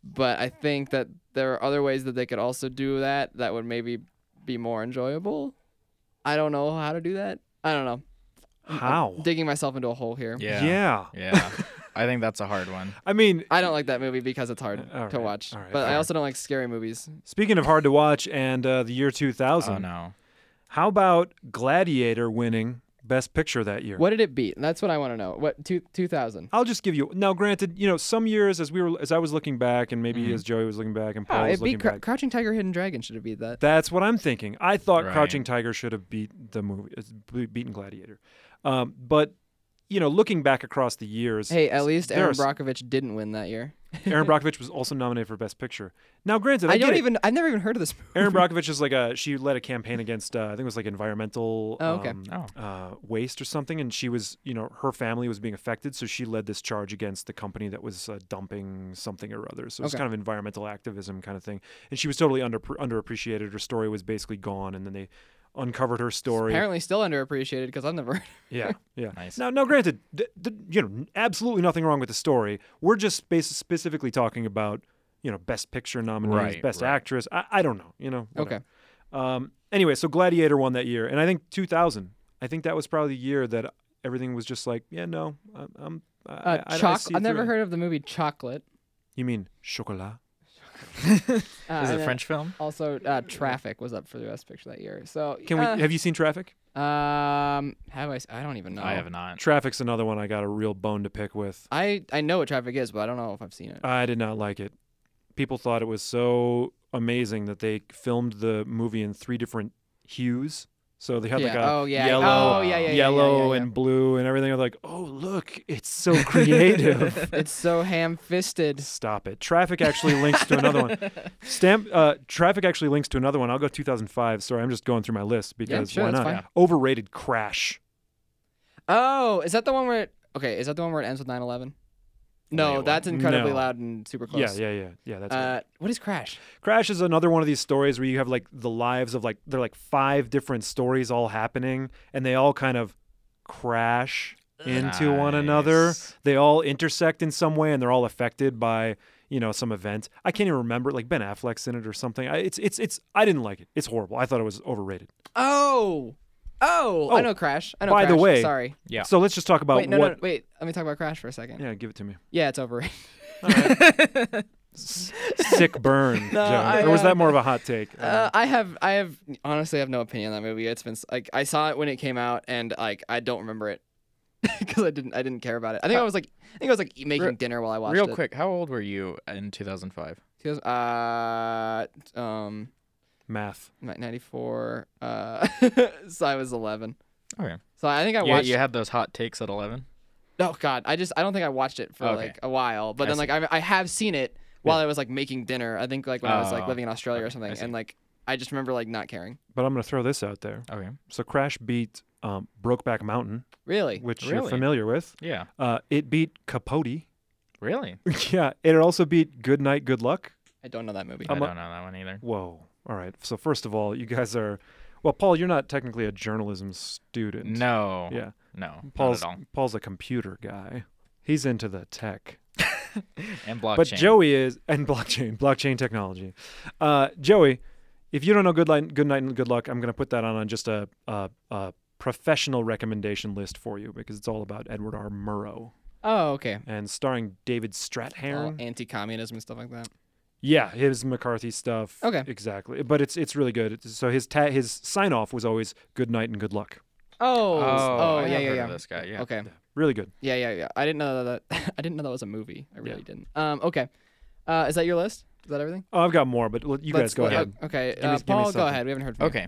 Speaker 1: but I think that there are other ways that they could also do that that would maybe be more enjoyable. I don't know how to do that. I don't know.
Speaker 2: How?
Speaker 1: Digging myself into a hole here.
Speaker 3: Yeah.
Speaker 2: yeah.
Speaker 3: Yeah. I think that's a hard one. Oh,
Speaker 2: I mean,
Speaker 1: I don't like that movie because it's hard
Speaker 2: All
Speaker 1: to
Speaker 2: right,
Speaker 1: watch.
Speaker 2: all right,
Speaker 1: but I
Speaker 2: fair.
Speaker 1: also don't like scary movies.
Speaker 2: Speaking of hard to watch and uh, the year 2000,
Speaker 3: Oh no.
Speaker 2: how about Gladiator winning Best Picture that year?
Speaker 1: What did it beat? That's what I want to know. What two two thousand?
Speaker 2: I'll just give you now. Granted, you know some years as we were as I was looking back, and maybe
Speaker 1: Mm-hmm.
Speaker 3: Mhm.
Speaker 2: as Joey was looking back, and Paul
Speaker 1: Oh,
Speaker 2: was
Speaker 1: it
Speaker 2: looking
Speaker 1: beat Cr-
Speaker 2: back.
Speaker 1: Crouching Tiger, Hidden Dragon should have beat that.
Speaker 2: That's what I'm thinking. I thought
Speaker 3: Right.
Speaker 2: Crouching Tiger should have beat the movie, it's be- beaten Gladiator, um, but you know looking back across the years,
Speaker 1: Hey, at least
Speaker 2: there
Speaker 1: Aaron
Speaker 2: are s-
Speaker 1: Brockovich didn't win that year.
Speaker 2: Aaron Brockovich was also nominated for Best Picture. Now, granted, I,
Speaker 1: I
Speaker 2: get
Speaker 1: don't
Speaker 2: it.
Speaker 1: even. I've never even heard of this. movie.
Speaker 2: Aaron Brockovich is like a she led a campaign against uh, I think it was like environmental
Speaker 1: Oh, okay.
Speaker 2: um,
Speaker 3: Oh.
Speaker 2: uh, waste or something, and she was you know her family was being affected, so she led this charge against the company that was uh, dumping something or other. So it was
Speaker 1: Okay.
Speaker 2: kind of environmental activism kind of thing, and she was totally under underappreciated. Her story was basically gone, and then they uncovered her story.
Speaker 1: Apparently, still underappreciated because I've never.
Speaker 2: Yeah, yeah.
Speaker 3: Nice.
Speaker 2: Now, now, granted, th- th- you know, absolutely nothing wrong with the story. We're just spe- specifically talking about you know best picture nominees,
Speaker 3: Right,
Speaker 2: best
Speaker 3: right.
Speaker 2: actress. I, I don't know, you know. whatever.
Speaker 1: Okay.
Speaker 2: Um, anyway, so Gladiator won that year, and I think 2000. I think that was probably the year that everything was just like, yeah, no, I'm. I'm I,
Speaker 1: Uh,
Speaker 2: I- I
Speaker 1: Choc-
Speaker 2: see
Speaker 1: I've never
Speaker 2: through it.
Speaker 1: heard of the movie Chocolate.
Speaker 2: You mean chocolat?
Speaker 1: Uh,
Speaker 3: Is
Speaker 1: and
Speaker 3: it a
Speaker 1: then
Speaker 3: French film?
Speaker 1: Also, uh, Traffic was up for the best picture that year. So
Speaker 2: Can we?
Speaker 1: uh,
Speaker 2: have you seen Traffic?
Speaker 1: um, have I? s- I don't even know.
Speaker 3: I have not.
Speaker 2: Traffic's another one I got a real bone to pick with.
Speaker 1: I I know what Traffic is, but I don't know if I've seen it.
Speaker 2: I did not like it. People thought it was so amazing that they filmed the movie in three different hues. So they had like a
Speaker 1: yeah. Oh yeah.
Speaker 2: yellow,
Speaker 1: oh yeah. Yeah. yeah,
Speaker 2: yellow
Speaker 1: yeah, yeah, yeah.
Speaker 2: and blue and everything. I was like, oh look, it's so creative.
Speaker 1: It's so ham-fisted.
Speaker 2: Stop it. Traffic actually links to another one. Stamp. Uh, traffic actually links to another one. I'll go 2005. Sorry, I'm just going through my list because
Speaker 1: sure,
Speaker 2: why
Speaker 1: that's
Speaker 2: not?
Speaker 1: fine.
Speaker 2: Overrated Crash.
Speaker 1: Oh, is that the one where it, okay, is that the one where it ends with 9/11? No,
Speaker 3: what?
Speaker 1: that's incredibly
Speaker 2: No.
Speaker 1: loud and super close.
Speaker 2: Yeah, yeah, yeah, yeah. That's right.
Speaker 1: Uh, what is Crash?
Speaker 2: Crash is another one of these stories where you have like the lives of like they're like five different stories all happening and they all kind of crash into one another.
Speaker 3: Nice.
Speaker 2: They all intersect in some way, and they're all affected by you know some event. I can't even remember. Like Ben Affleck's in it or something. I, it's it's it's. I didn't like it. It's horrible. I thought it was overrated.
Speaker 1: Oh, oh,
Speaker 2: Oh,
Speaker 1: I know Crash. I know.
Speaker 2: by the
Speaker 1: Crash.
Speaker 2: way-
Speaker 1: sorry.
Speaker 3: Yeah.
Speaker 2: So let's just talk about
Speaker 1: wait, no, no,
Speaker 2: what.
Speaker 1: no, wait. Let me talk about Crash for a second. Yeah,
Speaker 2: Yeah, give it to me.
Speaker 1: it's overrated.
Speaker 2: S- Sick burn, John.
Speaker 1: I,
Speaker 2: or was
Speaker 1: uh,
Speaker 2: that more of a hot take? Uh,
Speaker 1: Uh, I have, I have honestly I have no opinion on that movie. It's been s- like I saw it when it came out, and like I don't remember it because I didn't, I didn't care about it. I think
Speaker 2: Uh,
Speaker 1: I was like, I think I was like e- making
Speaker 3: Re-
Speaker 1: dinner while I watched
Speaker 3: Real
Speaker 1: it.
Speaker 3: quick, how old were you in 2005?
Speaker 1: She goes, uh, um,
Speaker 2: math.
Speaker 1: ni- 94. Uh, so I was 11.
Speaker 3: Okay.
Speaker 1: So I think I
Speaker 3: You,
Speaker 1: watched.
Speaker 3: you had those hot takes at 11.
Speaker 1: Oh God, I just I don't think I watched it for
Speaker 3: Okay.
Speaker 1: like a while. But
Speaker 3: I
Speaker 1: then like I I have seen it while I was like making dinner. I think like when I was like
Speaker 3: Oh,
Speaker 1: living in Australia or
Speaker 3: okay, I
Speaker 1: something,
Speaker 3: see.
Speaker 1: and like I just remember like not caring.
Speaker 2: But I'm gonna throw this out there.
Speaker 3: Okay.
Speaker 2: So Crash beat um, Brokeback Mountain,
Speaker 1: Really?
Speaker 2: which you're
Speaker 3: Really?
Speaker 2: familiar with.
Speaker 3: Yeah.
Speaker 2: Uh, it beat Capote.
Speaker 3: Really?
Speaker 2: yeah, it also beat Good Night, Good Luck.
Speaker 1: I don't know that movie.
Speaker 3: I
Speaker 2: I'm a-
Speaker 3: don't know that one either.
Speaker 2: Whoa. All right. So first of all, you guys are. Well, Paul, you're not technically a journalism student.
Speaker 3: No.
Speaker 2: Yeah.
Speaker 3: No.
Speaker 2: Paul's
Speaker 3: Not at all.
Speaker 2: Paul's a computer guy. He's into the tech.
Speaker 3: And blockchain.
Speaker 2: But Joey is and blockchain, blockchain technology. Uh, Joey, if you don't know good night, good night and good luck, I'm gonna put that on on just a, a, a professional recommendation list for you because it's all about Edward R. Murrow
Speaker 1: Oh, okay.
Speaker 2: and starring David
Speaker 1: All
Speaker 2: Strathairn.
Speaker 1: anti-communism Oh, and stuff like that.
Speaker 2: Yeah, his McCarthy stuff.
Speaker 1: Okay.
Speaker 2: exactly. But it's it's really good. It's- So his ta- his sign off was always "Good night and good luck."
Speaker 1: Oh.
Speaker 3: Oh,
Speaker 1: Oh,
Speaker 3: I
Speaker 1: yeah,
Speaker 3: have
Speaker 1: yeah,
Speaker 3: heard
Speaker 1: yeah.
Speaker 3: Of this guy. Yeah.
Speaker 1: Okay.
Speaker 2: Really good.
Speaker 1: Yeah, yeah, yeah. I didn't know that. I didn't know that was a movie. I really didn't. Um. Okay. Uh. Is that your list? Is that everything?
Speaker 2: Oh, I've got more, but l- you
Speaker 1: Let's-
Speaker 2: guys go
Speaker 1: let-
Speaker 2: ahead.
Speaker 1: Okay. uh,
Speaker 2: me- give me
Speaker 1: Paul, go
Speaker 2: something.
Speaker 1: ahead. We haven't heard from you.
Speaker 3: Okay.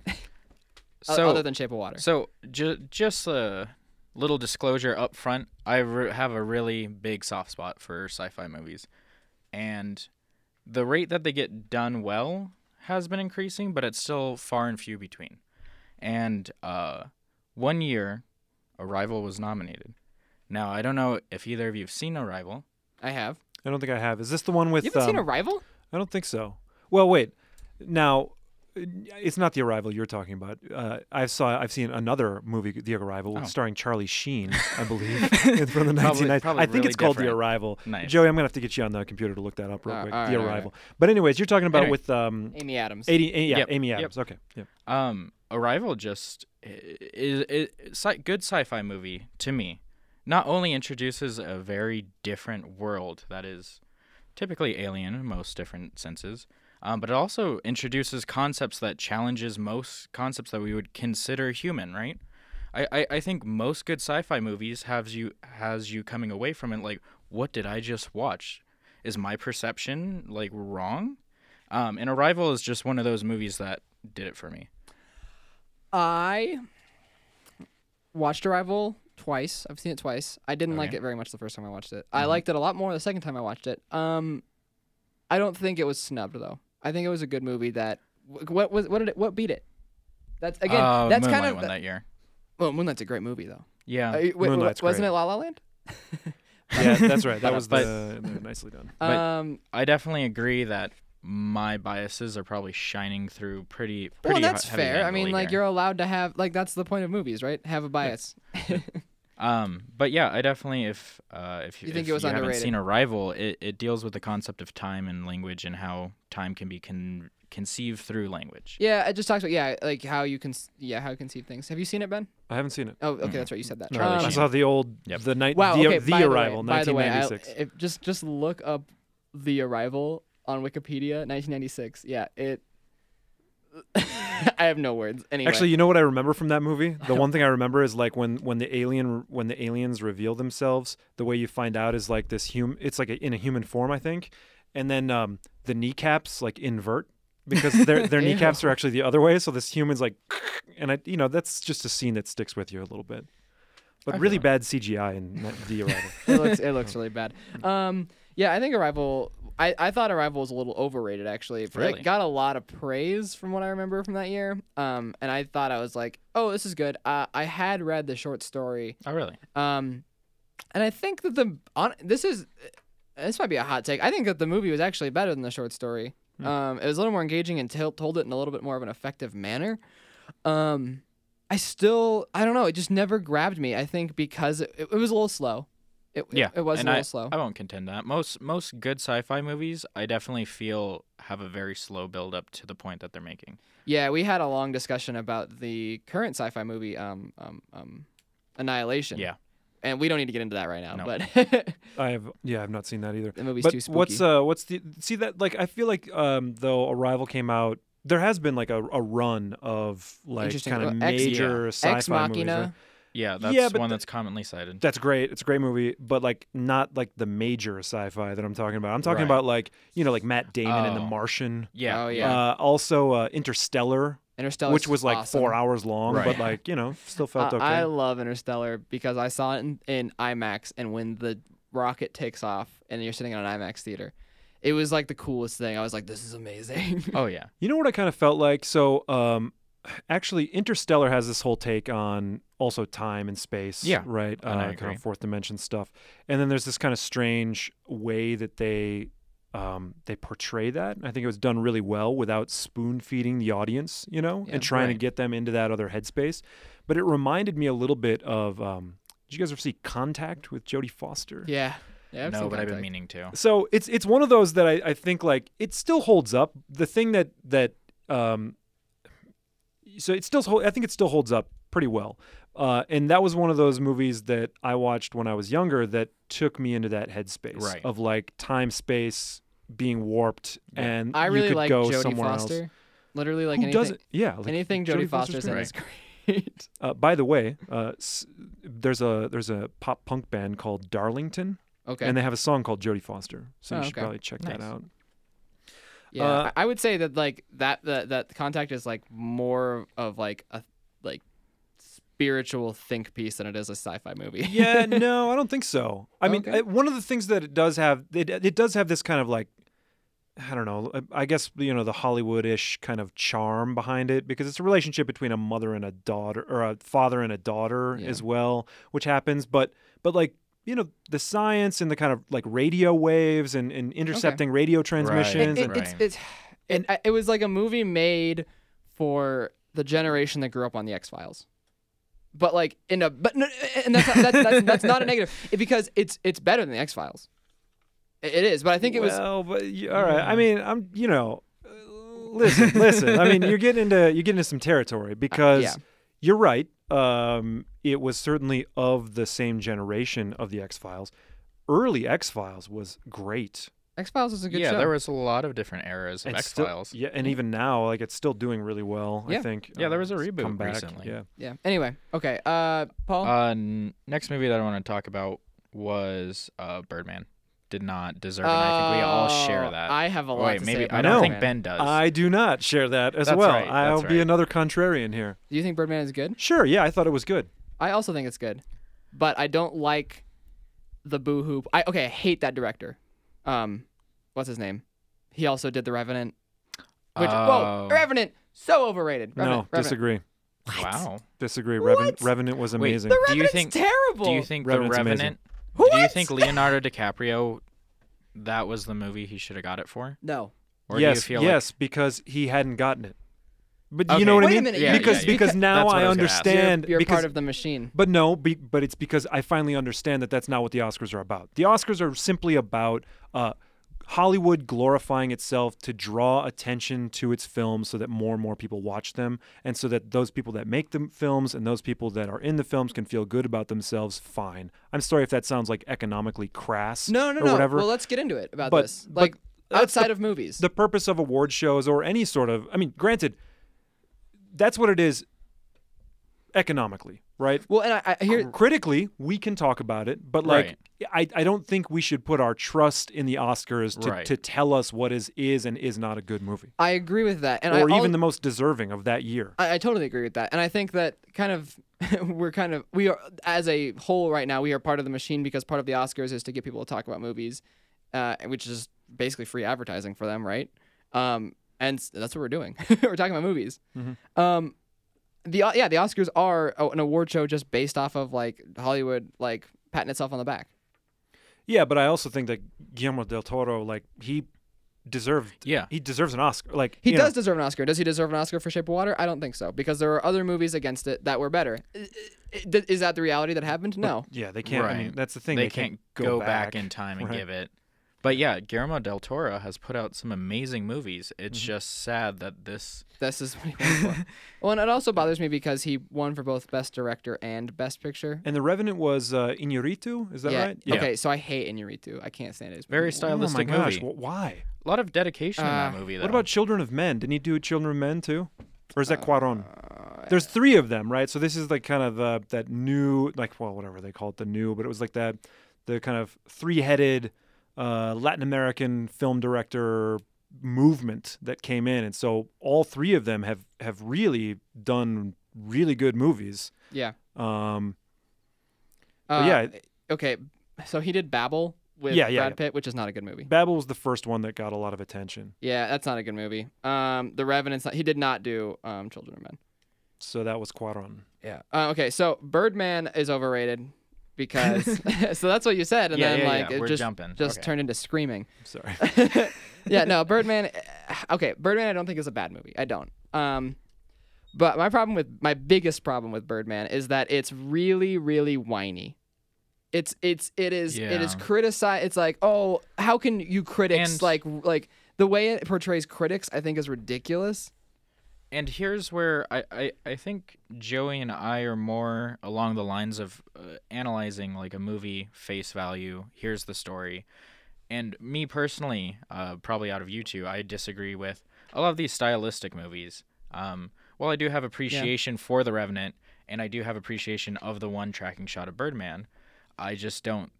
Speaker 1: O-
Speaker 3: So
Speaker 1: other than Shape of Water.
Speaker 3: So, ju- just a little disclosure up front. I re- have a really big soft spot for sci-fi movies, and the rate that they get done well has been increasing, but it's still far and few between. And uh, one year, Arrival was nominated. Now, I don't know if either of you have seen Arrival.
Speaker 1: I have.
Speaker 2: I don't think I have. Is this the one with?
Speaker 1: You haven't seen
Speaker 2: um,
Speaker 1: Arrival?
Speaker 2: I don't think so. Well, wait. Now, it's not the arrival you're talking about. Uh, I saw. I've seen another movie, The Arrival,
Speaker 3: Oh.
Speaker 2: starring Charlie Sheen, I believe, It's from the 1990s.
Speaker 3: probably
Speaker 2: I think
Speaker 3: really
Speaker 2: it's called The
Speaker 3: different.
Speaker 2: Arrival.
Speaker 3: Nice.
Speaker 2: Joey, I'm gonna have to get you on the computer to look that up real
Speaker 1: Uh,
Speaker 2: quick.
Speaker 1: all right,
Speaker 2: the
Speaker 1: all right.
Speaker 2: Arrival. But anyways, you're talking about
Speaker 3: Anyway.
Speaker 2: with um,
Speaker 1: Amy Adams.
Speaker 2: 80, yeah,
Speaker 3: Yep,
Speaker 2: Amy
Speaker 3: yep.
Speaker 2: Adams. Okay. Yeah.
Speaker 3: Um, Arrival just is, is, sci good sci-fi movie to me. Not only introduces a very different world that is typically alien in most different senses, um, but it also introduces concepts that challenges most concepts that we would consider human. Right? I, I, I think most good sci-fi movies has you has you coming away from it like, what did I just watch? Is my perception like wrong? Um, and Arrival is just one of those movies that did it for me.
Speaker 1: I watched Arrival twice. I've seen it twice. I didn't like
Speaker 3: Okay. Mm-hmm.
Speaker 1: it very much the first time I watched it. I liked it a lot more the second time I watched it. Um, I don't think it was snubbed though. I think it was a good movie. That wh- what was what did it what beat it? That's again.
Speaker 3: Uh,
Speaker 1: that's
Speaker 3: Moonlight
Speaker 1: kind of
Speaker 3: won
Speaker 1: the-
Speaker 3: that year.
Speaker 1: well, Moonlight's a great movie though.
Speaker 3: Yeah,
Speaker 1: Uh, wait, wait,
Speaker 2: Moonlight's
Speaker 1: wasn't
Speaker 2: great.
Speaker 1: it La La Land?
Speaker 2: Yeah, that's right. That was
Speaker 3: But-
Speaker 2: the nicely done.
Speaker 3: But-
Speaker 1: um,
Speaker 3: I definitely agree that my biases are probably shining through pretty.
Speaker 1: well,
Speaker 3: pretty
Speaker 1: that's
Speaker 3: he- heavy
Speaker 1: fair. I mean,
Speaker 3: handedly
Speaker 1: like
Speaker 3: here.
Speaker 1: you're allowed to have like that's the point of movies, right? Have a bias.
Speaker 3: Um, but yeah, I definitely if uh, if
Speaker 1: You think
Speaker 3: if
Speaker 1: it was
Speaker 3: you haven't
Speaker 1: underrated?
Speaker 3: seen Arrival, it, it deals with the concept of time and language and how time can be con- conceived through language.
Speaker 1: yeah, it just talks about yeah, like how you can yeah how you conceive things. Have you seen it, Ben?
Speaker 2: I haven't seen it.
Speaker 1: Oh, okay, that's right. You said that. Uh,
Speaker 2: No,
Speaker 3: Charlie
Speaker 2: I
Speaker 3: Sheen.
Speaker 2: saw the old
Speaker 3: Yep.
Speaker 2: the night
Speaker 1: Wow.
Speaker 2: the, uh,
Speaker 1: okay.
Speaker 2: the
Speaker 1: by
Speaker 2: arrival
Speaker 1: the way, by the way, I'll-
Speaker 2: 1996.
Speaker 1: if- just just look up the arrival on Wikipedia, 1996. Yeah, it. I have no words. Anyway,
Speaker 2: Actually, you know what I remember from that movie? The one thing I remember is like when when the alien when the aliens reveal themselves, the way you find out is like this human. It's like a, in a human form, I think, and then um, the kneecaps like invert because their their
Speaker 1: Ew.
Speaker 2: kneecaps are actually the other way. So this human's like, and I you know that's just a scene that sticks with you a little bit. But
Speaker 3: I
Speaker 2: really
Speaker 3: feel it.
Speaker 2: bad CGI in that- the arrival.
Speaker 1: it looks it looks really bad. Um, yeah, I think Arrival. I, I thought Arrival was a little overrated actually. It
Speaker 3: Really?
Speaker 1: got a lot of praise from what I remember from that year. Um, and I thought I was like, oh, this is good. Uh, I had read the short story
Speaker 3: Oh really?
Speaker 1: Um, and I think that the on this is this might be a hot take. I think that the movie was actually better than the short story.
Speaker 2: Hmm.
Speaker 1: Um, it was a little more engaging and t- told it in a little bit more of an effective manner. Um, I I still I don't know. It just never grabbed me. I think because it, it was a little slow. It,
Speaker 3: Yeah,
Speaker 1: it, it was a
Speaker 3: and
Speaker 1: little slow.
Speaker 3: I won't contend that most most good sci-fi movies, I definitely feel have a very slow build up to the point that they're making.
Speaker 1: Yeah, we had a long discussion about the current sci-fi movie, um, um, um, Annihilation.
Speaker 3: Yeah.
Speaker 1: and we don't need to get into that right now.
Speaker 3: No.
Speaker 1: But
Speaker 2: I have yeah, I've not seen that either.
Speaker 1: the movie's
Speaker 2: but
Speaker 1: too spooky.
Speaker 2: what's uh what's the see that like I feel like um though Arrival came out there has been like a, a run of like
Speaker 1: Interesting.
Speaker 2: kind
Speaker 1: Uh,
Speaker 2: of
Speaker 1: Ex-
Speaker 2: major sci-fi
Speaker 1: Ex
Speaker 2: movies.
Speaker 1: Machina.
Speaker 2: right?
Speaker 3: Yeah, that's
Speaker 2: Yeah, but
Speaker 3: one
Speaker 2: the-
Speaker 3: that's commonly cited.
Speaker 2: That's great. It's a great movie, but like not like the major sci-fi that I'm talking about. I'm talking
Speaker 3: Right.
Speaker 2: about like you know like Matt Damon and The
Speaker 3: Oh.
Speaker 2: Martian.
Speaker 3: Yeah.
Speaker 1: Oh, yeah.
Speaker 2: Uh, also uh, Interstellar,
Speaker 1: Interstellar,
Speaker 2: which was like four hours long,
Speaker 3: Right.
Speaker 2: but like you know still felt okay.
Speaker 1: Uh, I love Interstellar because I saw it in, in IMAX, and when the rocket takes off and you're sitting in an IMAX theater, it was like the coolest thing. I was like, this is amazing.
Speaker 3: Oh yeah.
Speaker 2: You know what I kind of felt like? So, um, actually, Interstellar has this whole take on also time and space,
Speaker 3: Yeah,
Speaker 2: right? Uh,
Speaker 3: and I
Speaker 2: kind
Speaker 3: agree.
Speaker 2: of fourth dimension stuff. And then there's this kind of strange way that they um, they portray that. I think it was done really well without spoon feeding the audience, you know,
Speaker 1: Yeah,
Speaker 2: and trying to
Speaker 3: right.
Speaker 2: get them into that other headspace. But it reminded me a little bit of. Um, did you guys ever see Contact with Jodie Foster?
Speaker 1: yeah. yeah I've
Speaker 3: no,
Speaker 1: seen
Speaker 3: but I've been
Speaker 1: Contact.
Speaker 3: meaning to.
Speaker 2: So it's it's one of those that I, I think like it still holds up. The thing that that um, so it still hol- I think it still holds up pretty well. Uh, and that was one of those movies that I watched when I was younger that took me into that headspace
Speaker 3: Right.
Speaker 2: of like time space being warped
Speaker 3: Yeah.
Speaker 2: and
Speaker 1: I
Speaker 2: you
Speaker 1: really
Speaker 2: could
Speaker 1: like
Speaker 2: go
Speaker 1: Jodie
Speaker 2: somewhere
Speaker 1: Foster.
Speaker 2: else.
Speaker 1: Literally, like
Speaker 2: Who
Speaker 1: anything.
Speaker 2: doesn't? Yeah, like,
Speaker 1: anything Jodie Foster's in
Speaker 2: great.
Speaker 1: is great.
Speaker 2: Uh, by the way, uh, s- there's a there's a pop punk band called Darlington,
Speaker 1: okay.
Speaker 2: and they have a song called Jodie Foster. So
Speaker 1: Oh,
Speaker 2: you should
Speaker 1: okay.
Speaker 2: probably check that
Speaker 3: Nice.
Speaker 2: out.
Speaker 1: Yeah,
Speaker 2: Uh,
Speaker 1: I I would say that like that that that contact is like more of like a like spiritual think piece than it is a sci-fi movie.
Speaker 2: yeah, no, I don't think so. I mean,
Speaker 1: Okay.
Speaker 2: I- one of the things that it does have, it, it does have this kind of like, I don't know, uh, I- I guess, you know, the Hollywood ish kind of charm behind it because it's a relationship between a mother and a daughter or a father and a daughter
Speaker 1: Yeah.
Speaker 2: as well, which happens. But, but like, you know, the science and the kind of like radio waves and, and intercepting radio transmissions.
Speaker 1: it, it,
Speaker 2: And,
Speaker 1: it's
Speaker 3: Right.
Speaker 1: it's and I- it was like a movie made for the generation that grew up on the X Files. But like in a but no, and that's not, that's, that's, that's not a negative it, because it's it's better than the X Files. It it is, but I think it was
Speaker 2: Well, but you, all right. I mean, I'm, you know, uh, listen, listen. I mean, you're getting into you're getting into some territory because
Speaker 1: Uh, yeah.
Speaker 2: you're right. Um, it was certainly of the same generation of the X Files. Early X Files was great.
Speaker 1: X Files is a good
Speaker 3: yeah,
Speaker 1: show.
Speaker 3: there was a lot of different eras of
Speaker 2: It's
Speaker 3: X
Speaker 2: still-
Speaker 3: Files.
Speaker 2: yeah, and even now, like it's still doing really well.
Speaker 1: Yeah.
Speaker 2: I think. Um,
Speaker 3: Yeah, there was a
Speaker 2: it's
Speaker 3: reboot
Speaker 2: come back,
Speaker 3: recently.
Speaker 2: Yeah.
Speaker 1: yeah. Anyway, okay. Uh, Paul.
Speaker 3: Uh, n- next movie that I want to talk about was uh, Birdman. Did not deserve it. I think we all share
Speaker 1: Oh,
Speaker 3: that.
Speaker 1: I have a lot
Speaker 3: Wait,
Speaker 1: to
Speaker 3: maybe
Speaker 1: say.
Speaker 3: I
Speaker 1: about
Speaker 3: don't
Speaker 2: No.
Speaker 3: think
Speaker 1: Birdman.
Speaker 3: Ben does.
Speaker 2: I do not share that as
Speaker 3: That's
Speaker 2: well.
Speaker 3: right, that's
Speaker 2: I'll be
Speaker 3: right.
Speaker 2: another contrarian here.
Speaker 1: Do you think Birdman is good?
Speaker 2: Sure. Yeah, I thought it was good.
Speaker 1: I also think it's good, but I don't like the boo hoop. I okay, I hate that director. Um, what's his name? He also did The Revenant. Which
Speaker 3: Oh.
Speaker 1: whoa, Revenant so overrated. Revenant,
Speaker 2: no, disagree.
Speaker 3: wow.
Speaker 2: Disagree.
Speaker 1: What?
Speaker 2: Revenant, Revenant was
Speaker 3: Wait,
Speaker 2: amazing.
Speaker 1: The
Speaker 3: Do you
Speaker 1: Revenant's
Speaker 3: think-
Speaker 1: terrible.
Speaker 3: Do you think
Speaker 2: Revenant's
Speaker 3: The
Speaker 2: amazing.
Speaker 3: Revenant?
Speaker 1: What?
Speaker 3: Do you think Leonardo DiCaprio? That was the movie he should have got it for.
Speaker 1: no.
Speaker 3: Or
Speaker 2: yes,
Speaker 3: do you feel
Speaker 2: yes, because he hadn't gotten it. But
Speaker 3: Okay.
Speaker 2: you know what
Speaker 1: Wait a
Speaker 2: I mean?
Speaker 1: minute,
Speaker 3: yeah,
Speaker 2: because
Speaker 3: yeah, yeah.
Speaker 2: because now
Speaker 3: That's what
Speaker 2: I
Speaker 3: I was gonna ask. You're-
Speaker 2: understand.
Speaker 1: you're, you're
Speaker 2: because,
Speaker 1: part of the machine.
Speaker 2: But no, be, but it's because I finally understand that that's not what the Oscars are about. The Oscars are simply about uh, Hollywood glorifying itself to draw attention to its films so that more and more people watch them, and so that those people that make the films and those people that are in the films can feel good about themselves. Fine. I'm sorry if that sounds like economically crass.
Speaker 1: No, no,
Speaker 2: or
Speaker 1: no.
Speaker 2: Whatever.
Speaker 1: Well, let's get into it about
Speaker 2: But-
Speaker 1: this.
Speaker 2: but
Speaker 1: Like
Speaker 2: that's
Speaker 1: outside
Speaker 2: the-
Speaker 1: of movies.
Speaker 2: the purpose of award shows or any sort of i mean granted that's what it is economically right
Speaker 1: well, and I, I hear
Speaker 2: critically we can talk about it but like
Speaker 3: Right.
Speaker 2: I, I don't think we should put our trust in the oscars to,
Speaker 3: Right.
Speaker 2: to tell us what is is and is not a good movie
Speaker 1: I agree with that, and I
Speaker 2: or
Speaker 1: al-
Speaker 2: even the most deserving of that year
Speaker 1: I, I totally agree with that, and I think that kind of we're kind of we are as a whole right now we are part of the machine because part of the Oscars is to get people to talk about movies, uh, which is basically free advertising for them, right? Um, and s- that's what we're doing. we're talking about movies.
Speaker 2: Mhm.
Speaker 1: Um, the O- yeah, the Oscars are oh, an award show just based off of like Hollywood like patting itself on the back.
Speaker 2: yeah but i also think that guillermo del toro like he deserved.
Speaker 3: Yeah.
Speaker 2: He deserves an Oscar. Like
Speaker 1: He
Speaker 2: you know,
Speaker 1: does deserve an Oscar. Does he deserve an Oscar for Shape of Water? I don't think so because there are other movies against it that were better. I- I- I- Is that the reality that happened? No.
Speaker 2: Yeah, they can't. I mean,
Speaker 3: Right.
Speaker 2: that's the thing.
Speaker 3: They, can't, go, back. in time and
Speaker 2: Right.
Speaker 3: give it. But yeah, Guillermo del Toro has put out some amazing movies. It's just sad that this.
Speaker 1: This is what he won for. well, and it also bothers me because he won for both Best Director and Best Picture.
Speaker 2: And the Revenant was uh, Inuritu. Is that
Speaker 1: yeah.
Speaker 2: right?
Speaker 1: Okay, so I hate Inuritu. I can't stand it.
Speaker 2: Oh
Speaker 3: Very
Speaker 2: my
Speaker 3: stylistic
Speaker 2: gosh,
Speaker 3: movie.
Speaker 2: wh- why?
Speaker 3: A lot of dedication in
Speaker 1: Uh,
Speaker 3: that movie, though.
Speaker 2: What about Children of Men? Didn't he do Children of Men too? Or is that
Speaker 1: Uh,
Speaker 2: Cuaron? There's three of them, right? So this is like kind of uh, that new, like well, whatever they call it, the new, but it was like that, the kind of three-headed uh, Latin American film director movement that came in, and so all three of them have have really done really good movies.
Speaker 1: Yeah.
Speaker 2: Um,
Speaker 1: Uh,
Speaker 2: yeah.
Speaker 1: Okay, so he did Babel with
Speaker 2: Yeah, yeah,
Speaker 1: Brad
Speaker 2: yeah.
Speaker 1: Pitt, which is not a good movie.
Speaker 2: Babel was the first one that got a lot of attention,
Speaker 1: Yeah, that's not a good movie. Um, The Revenant's not, he did not do um, Children of Men.
Speaker 2: so that was Cuaron.
Speaker 1: Yeah. Uh, okay, so Birdman is overrated because so that's what you said, and
Speaker 3: Yeah,
Speaker 1: then
Speaker 3: yeah,
Speaker 1: like
Speaker 3: yeah.
Speaker 1: it
Speaker 3: We're
Speaker 1: just
Speaker 3: jumping.
Speaker 1: just
Speaker 3: Okay.
Speaker 1: turned into screaming.
Speaker 2: Sorry.
Speaker 1: yeah, no, Birdman. eh, Okay, Birdman. I don't think is a bad movie. I don't. Um, but my problem with my biggest problem with Birdman is that it's really, really whiny. It's it's it is it is
Speaker 3: Yeah.
Speaker 1: criticized. It's like oh, how can you critics
Speaker 3: And-
Speaker 1: like like the way it portrays critics? I think is ridiculous.
Speaker 3: And here's where I, I, I think Joey and I are more along the lines of uh, analyzing like a movie face value. Here's the story. And me personally, uh, probably out of you two, I disagree with a lot of these stylistic movies. Um, while I do have appreciation for The Revenant, and I do have appreciation of the one tracking shot of Birdman, I just don't.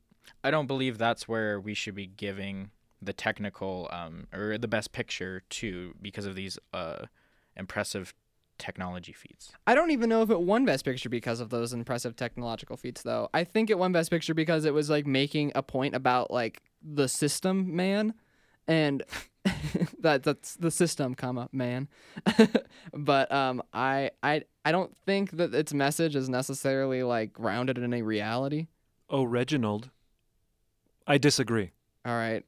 Speaker 3: I don't believe that's where we should be giving the technical um, or the best picture to because of these uh, impressive technology feats.
Speaker 1: I don't even know if it won Best Picture because of those impressive technological feats, though. I think it won Best Picture because it was like making a point about like the system man, and that that's the system comma man. but um, I I I don't think that its message is necessarily like grounded in any reality.
Speaker 2: oh, Reginald. I disagree.
Speaker 1: All right,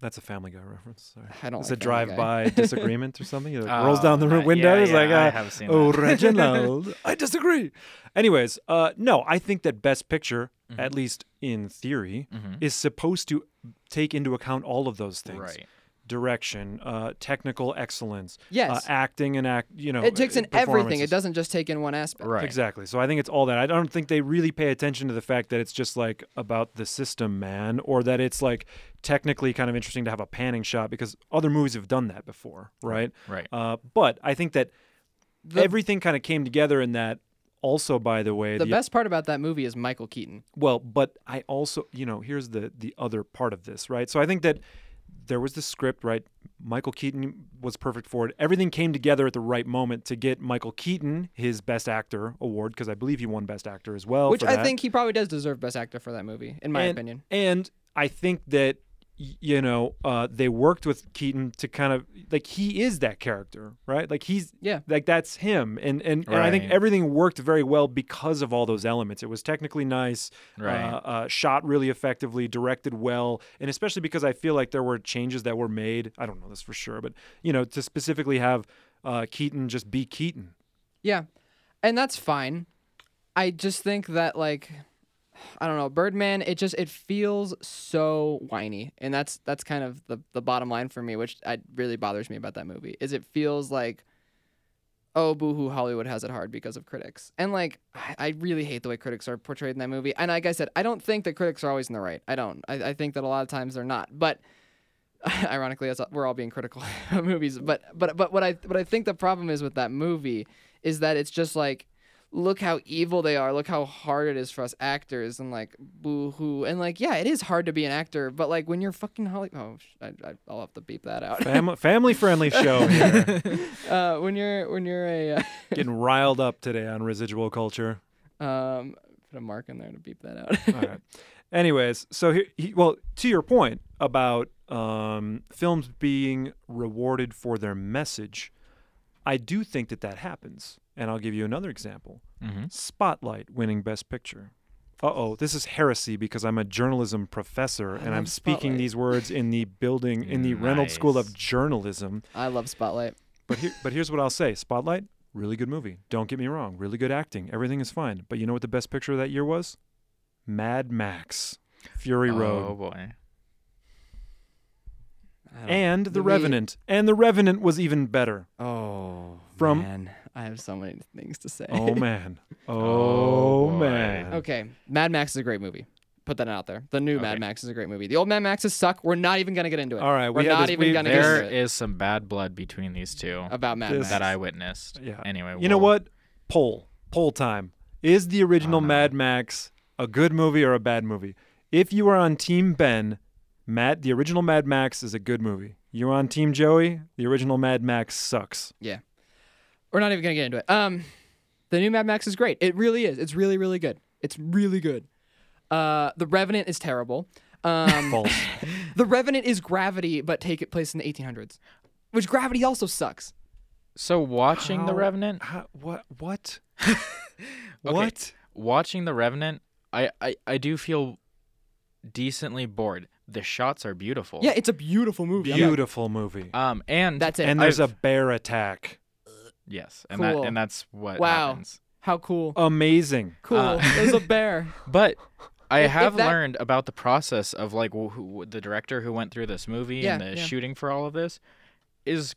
Speaker 2: That's a Family Guy reference. Sorry.
Speaker 1: I don't.
Speaker 2: It's a uh,
Speaker 1: like Oh, Family Guy.
Speaker 2: drive-by disagreement or something. He like,
Speaker 3: Oh,
Speaker 2: rolls down the
Speaker 3: uh,
Speaker 2: window.
Speaker 3: yeah,
Speaker 2: he's
Speaker 3: yeah,
Speaker 2: like,
Speaker 3: I
Speaker 2: uh,
Speaker 3: have seen
Speaker 2: "Oh,
Speaker 3: that.
Speaker 2: Reginald, I disagree." Anyways, uh, no, I think that Best Picture, at least in theory,
Speaker 3: Mhm.
Speaker 2: is supposed to take into account all of those things:
Speaker 3: Right.
Speaker 2: direction, uh, technical excellence,
Speaker 1: Yes.
Speaker 2: uh, acting, and act. You know,
Speaker 1: It takes in
Speaker 2: uh,
Speaker 1: everything. It
Speaker 2: performances.
Speaker 1: doesn't just take in one aspect.
Speaker 3: Right.
Speaker 2: Exactly. So I think it's all that. I don't think they really pay attention to the fact that it's just like about the system, man, or that it's like technically kind of interesting to have a panning shot because other movies have done that before, right?
Speaker 3: Right.
Speaker 2: Uh, but I think that
Speaker 1: The-
Speaker 2: everything kind of came together in that. Also, by the way,
Speaker 1: The best part about that movie is Michael Keaton.
Speaker 2: well, but I also, you know, here's the the other part of this, right? So I think that there was the script, right? Michael Keaton was perfect for it. Everything came together at the right moment to get Michael Keaton his Best Actor award because I believe he won Best Actor as well.
Speaker 1: Which
Speaker 2: for
Speaker 1: I
Speaker 2: that.
Speaker 1: think he probably does deserve Best Actor for that movie, in my
Speaker 2: and,
Speaker 1: opinion.
Speaker 2: And I think that y- you know uh, they worked with Keaton to kind of like he is that character, right? Like he's
Speaker 1: Yeah.
Speaker 2: like that's him, and and, and I think
Speaker 3: Right.
Speaker 2: everything worked very well because of all those elements. It was technically nice,
Speaker 3: Right.
Speaker 2: uh, uh, shot really effectively, directed well, and especially because I feel like there were changes that were made. I don't know this for sure, but you know to specifically have uh, Keaton just be Keaton.
Speaker 1: Yeah. And that's fine. I just think that like I don't know, Birdman, it just it feels so whiny. And that's that's kind of the the bottom line for me, which I really bothers me about that movie. Is it feels like oh boohoo Hollywood has it hard because of critics. And like I, I really hate the way critics are portrayed in that movie. And like I said, I don't think that critics are always in the right. I don't. I, I think that a lot of times they're not. But ironically as we're all being critical of movies but but but what i what i think the problem is with that movie is that it's just like look how evil they are look how hard it is for us actors and like boo hoo and like yeah it is hard to be an actor but like when you're fucking holly oh sh- I, I, i'll have to beep that out
Speaker 2: Fam- family friendly show here.
Speaker 1: uh when you're when you're a
Speaker 2: Getting riled up today on residual culture.
Speaker 1: uh, um put a mark in there to beep that out
Speaker 2: All right. Anyways, so here, he, well, to your point about um, films being rewarded for their message, I do think that that happens, and I'll give you another example.
Speaker 3: Mhm.
Speaker 2: Spotlight winning Best Picture. uh oh, this is heresy because I'm a journalism professor
Speaker 1: I
Speaker 2: and I'm
Speaker 1: love
Speaker 2: speaking
Speaker 1: Spotlight.
Speaker 2: these words in the building in the Reynolds School of
Speaker 3: Nice.
Speaker 2: Journalism.
Speaker 1: I love Spotlight.
Speaker 2: But here, but here's what I'll say: Spotlight, really good movie. Don't get me wrong, really good acting. Everything is fine. But you know what the best picture of that year was? Mad Max, Fury
Speaker 3: Oh
Speaker 2: Road,
Speaker 3: boy.
Speaker 2: and
Speaker 1: Movie-
Speaker 2: The Revenant. And The Revenant was even better.
Speaker 1: Oh,
Speaker 2: From-
Speaker 1: man, I have so many things to say.
Speaker 2: Oh man.
Speaker 3: Oh,
Speaker 2: Oh,
Speaker 3: boy.
Speaker 2: man.
Speaker 1: Okay, Mad Max is a great movie. Put that out there. The new Mad
Speaker 3: Okay.
Speaker 1: Max is a great movie. The old Mad Maxes suck. We're not even gonna get into it.
Speaker 2: All right, we
Speaker 1: we're
Speaker 2: had
Speaker 1: not
Speaker 2: this-
Speaker 1: even
Speaker 2: we-
Speaker 1: gonna get
Speaker 3: There
Speaker 1: into it
Speaker 3: is some bad blood between these two
Speaker 1: about Mad
Speaker 2: this-
Speaker 1: Max.
Speaker 3: that I witnessed.
Speaker 2: Yeah.
Speaker 3: Anyway,
Speaker 2: You know
Speaker 3: we'll-
Speaker 2: what? Poll. Poll time. Is the original
Speaker 3: Uh.
Speaker 1: Uh-huh.
Speaker 2: Mad Max a good movie or a bad movie? If you are on Team Ben, Matt, the original Mad Max is a good movie. You're on Team Joey, the original Mad Max sucks.
Speaker 1: we're not even gonna get into it. Um, the new Mad Max is great. It really is. It's really really good. It's really good. Uh, the Revenant is terrible. Um,
Speaker 2: False.
Speaker 1: the Revenant is Gravity, but take it place in the 1800s, which Gravity also sucks.
Speaker 3: So watching The
Speaker 2: How-
Speaker 3: Revenant,
Speaker 2: How- what? What?
Speaker 3: Okay.
Speaker 2: What?
Speaker 3: watching The Revenant, I, I I do feel decently bored. The shots are beautiful.
Speaker 1: Yeah, it's a beautiful movie. I'm not-
Speaker 2: Beautiful movie.
Speaker 3: Um and
Speaker 1: That's it.
Speaker 2: And there's
Speaker 3: I've-
Speaker 2: a bear attack.
Speaker 3: yes, and
Speaker 1: Cool.
Speaker 3: that and that's what
Speaker 1: Wow.
Speaker 3: happens.
Speaker 1: How cool.
Speaker 2: Amazing.
Speaker 1: Cool. There's a bear.
Speaker 3: But I
Speaker 1: If- if
Speaker 3: have
Speaker 1: that-
Speaker 3: learned about the process of like wh- who, the director who went through this movie and
Speaker 1: Yeah,
Speaker 3: the
Speaker 1: yeah.
Speaker 3: shooting for all of this is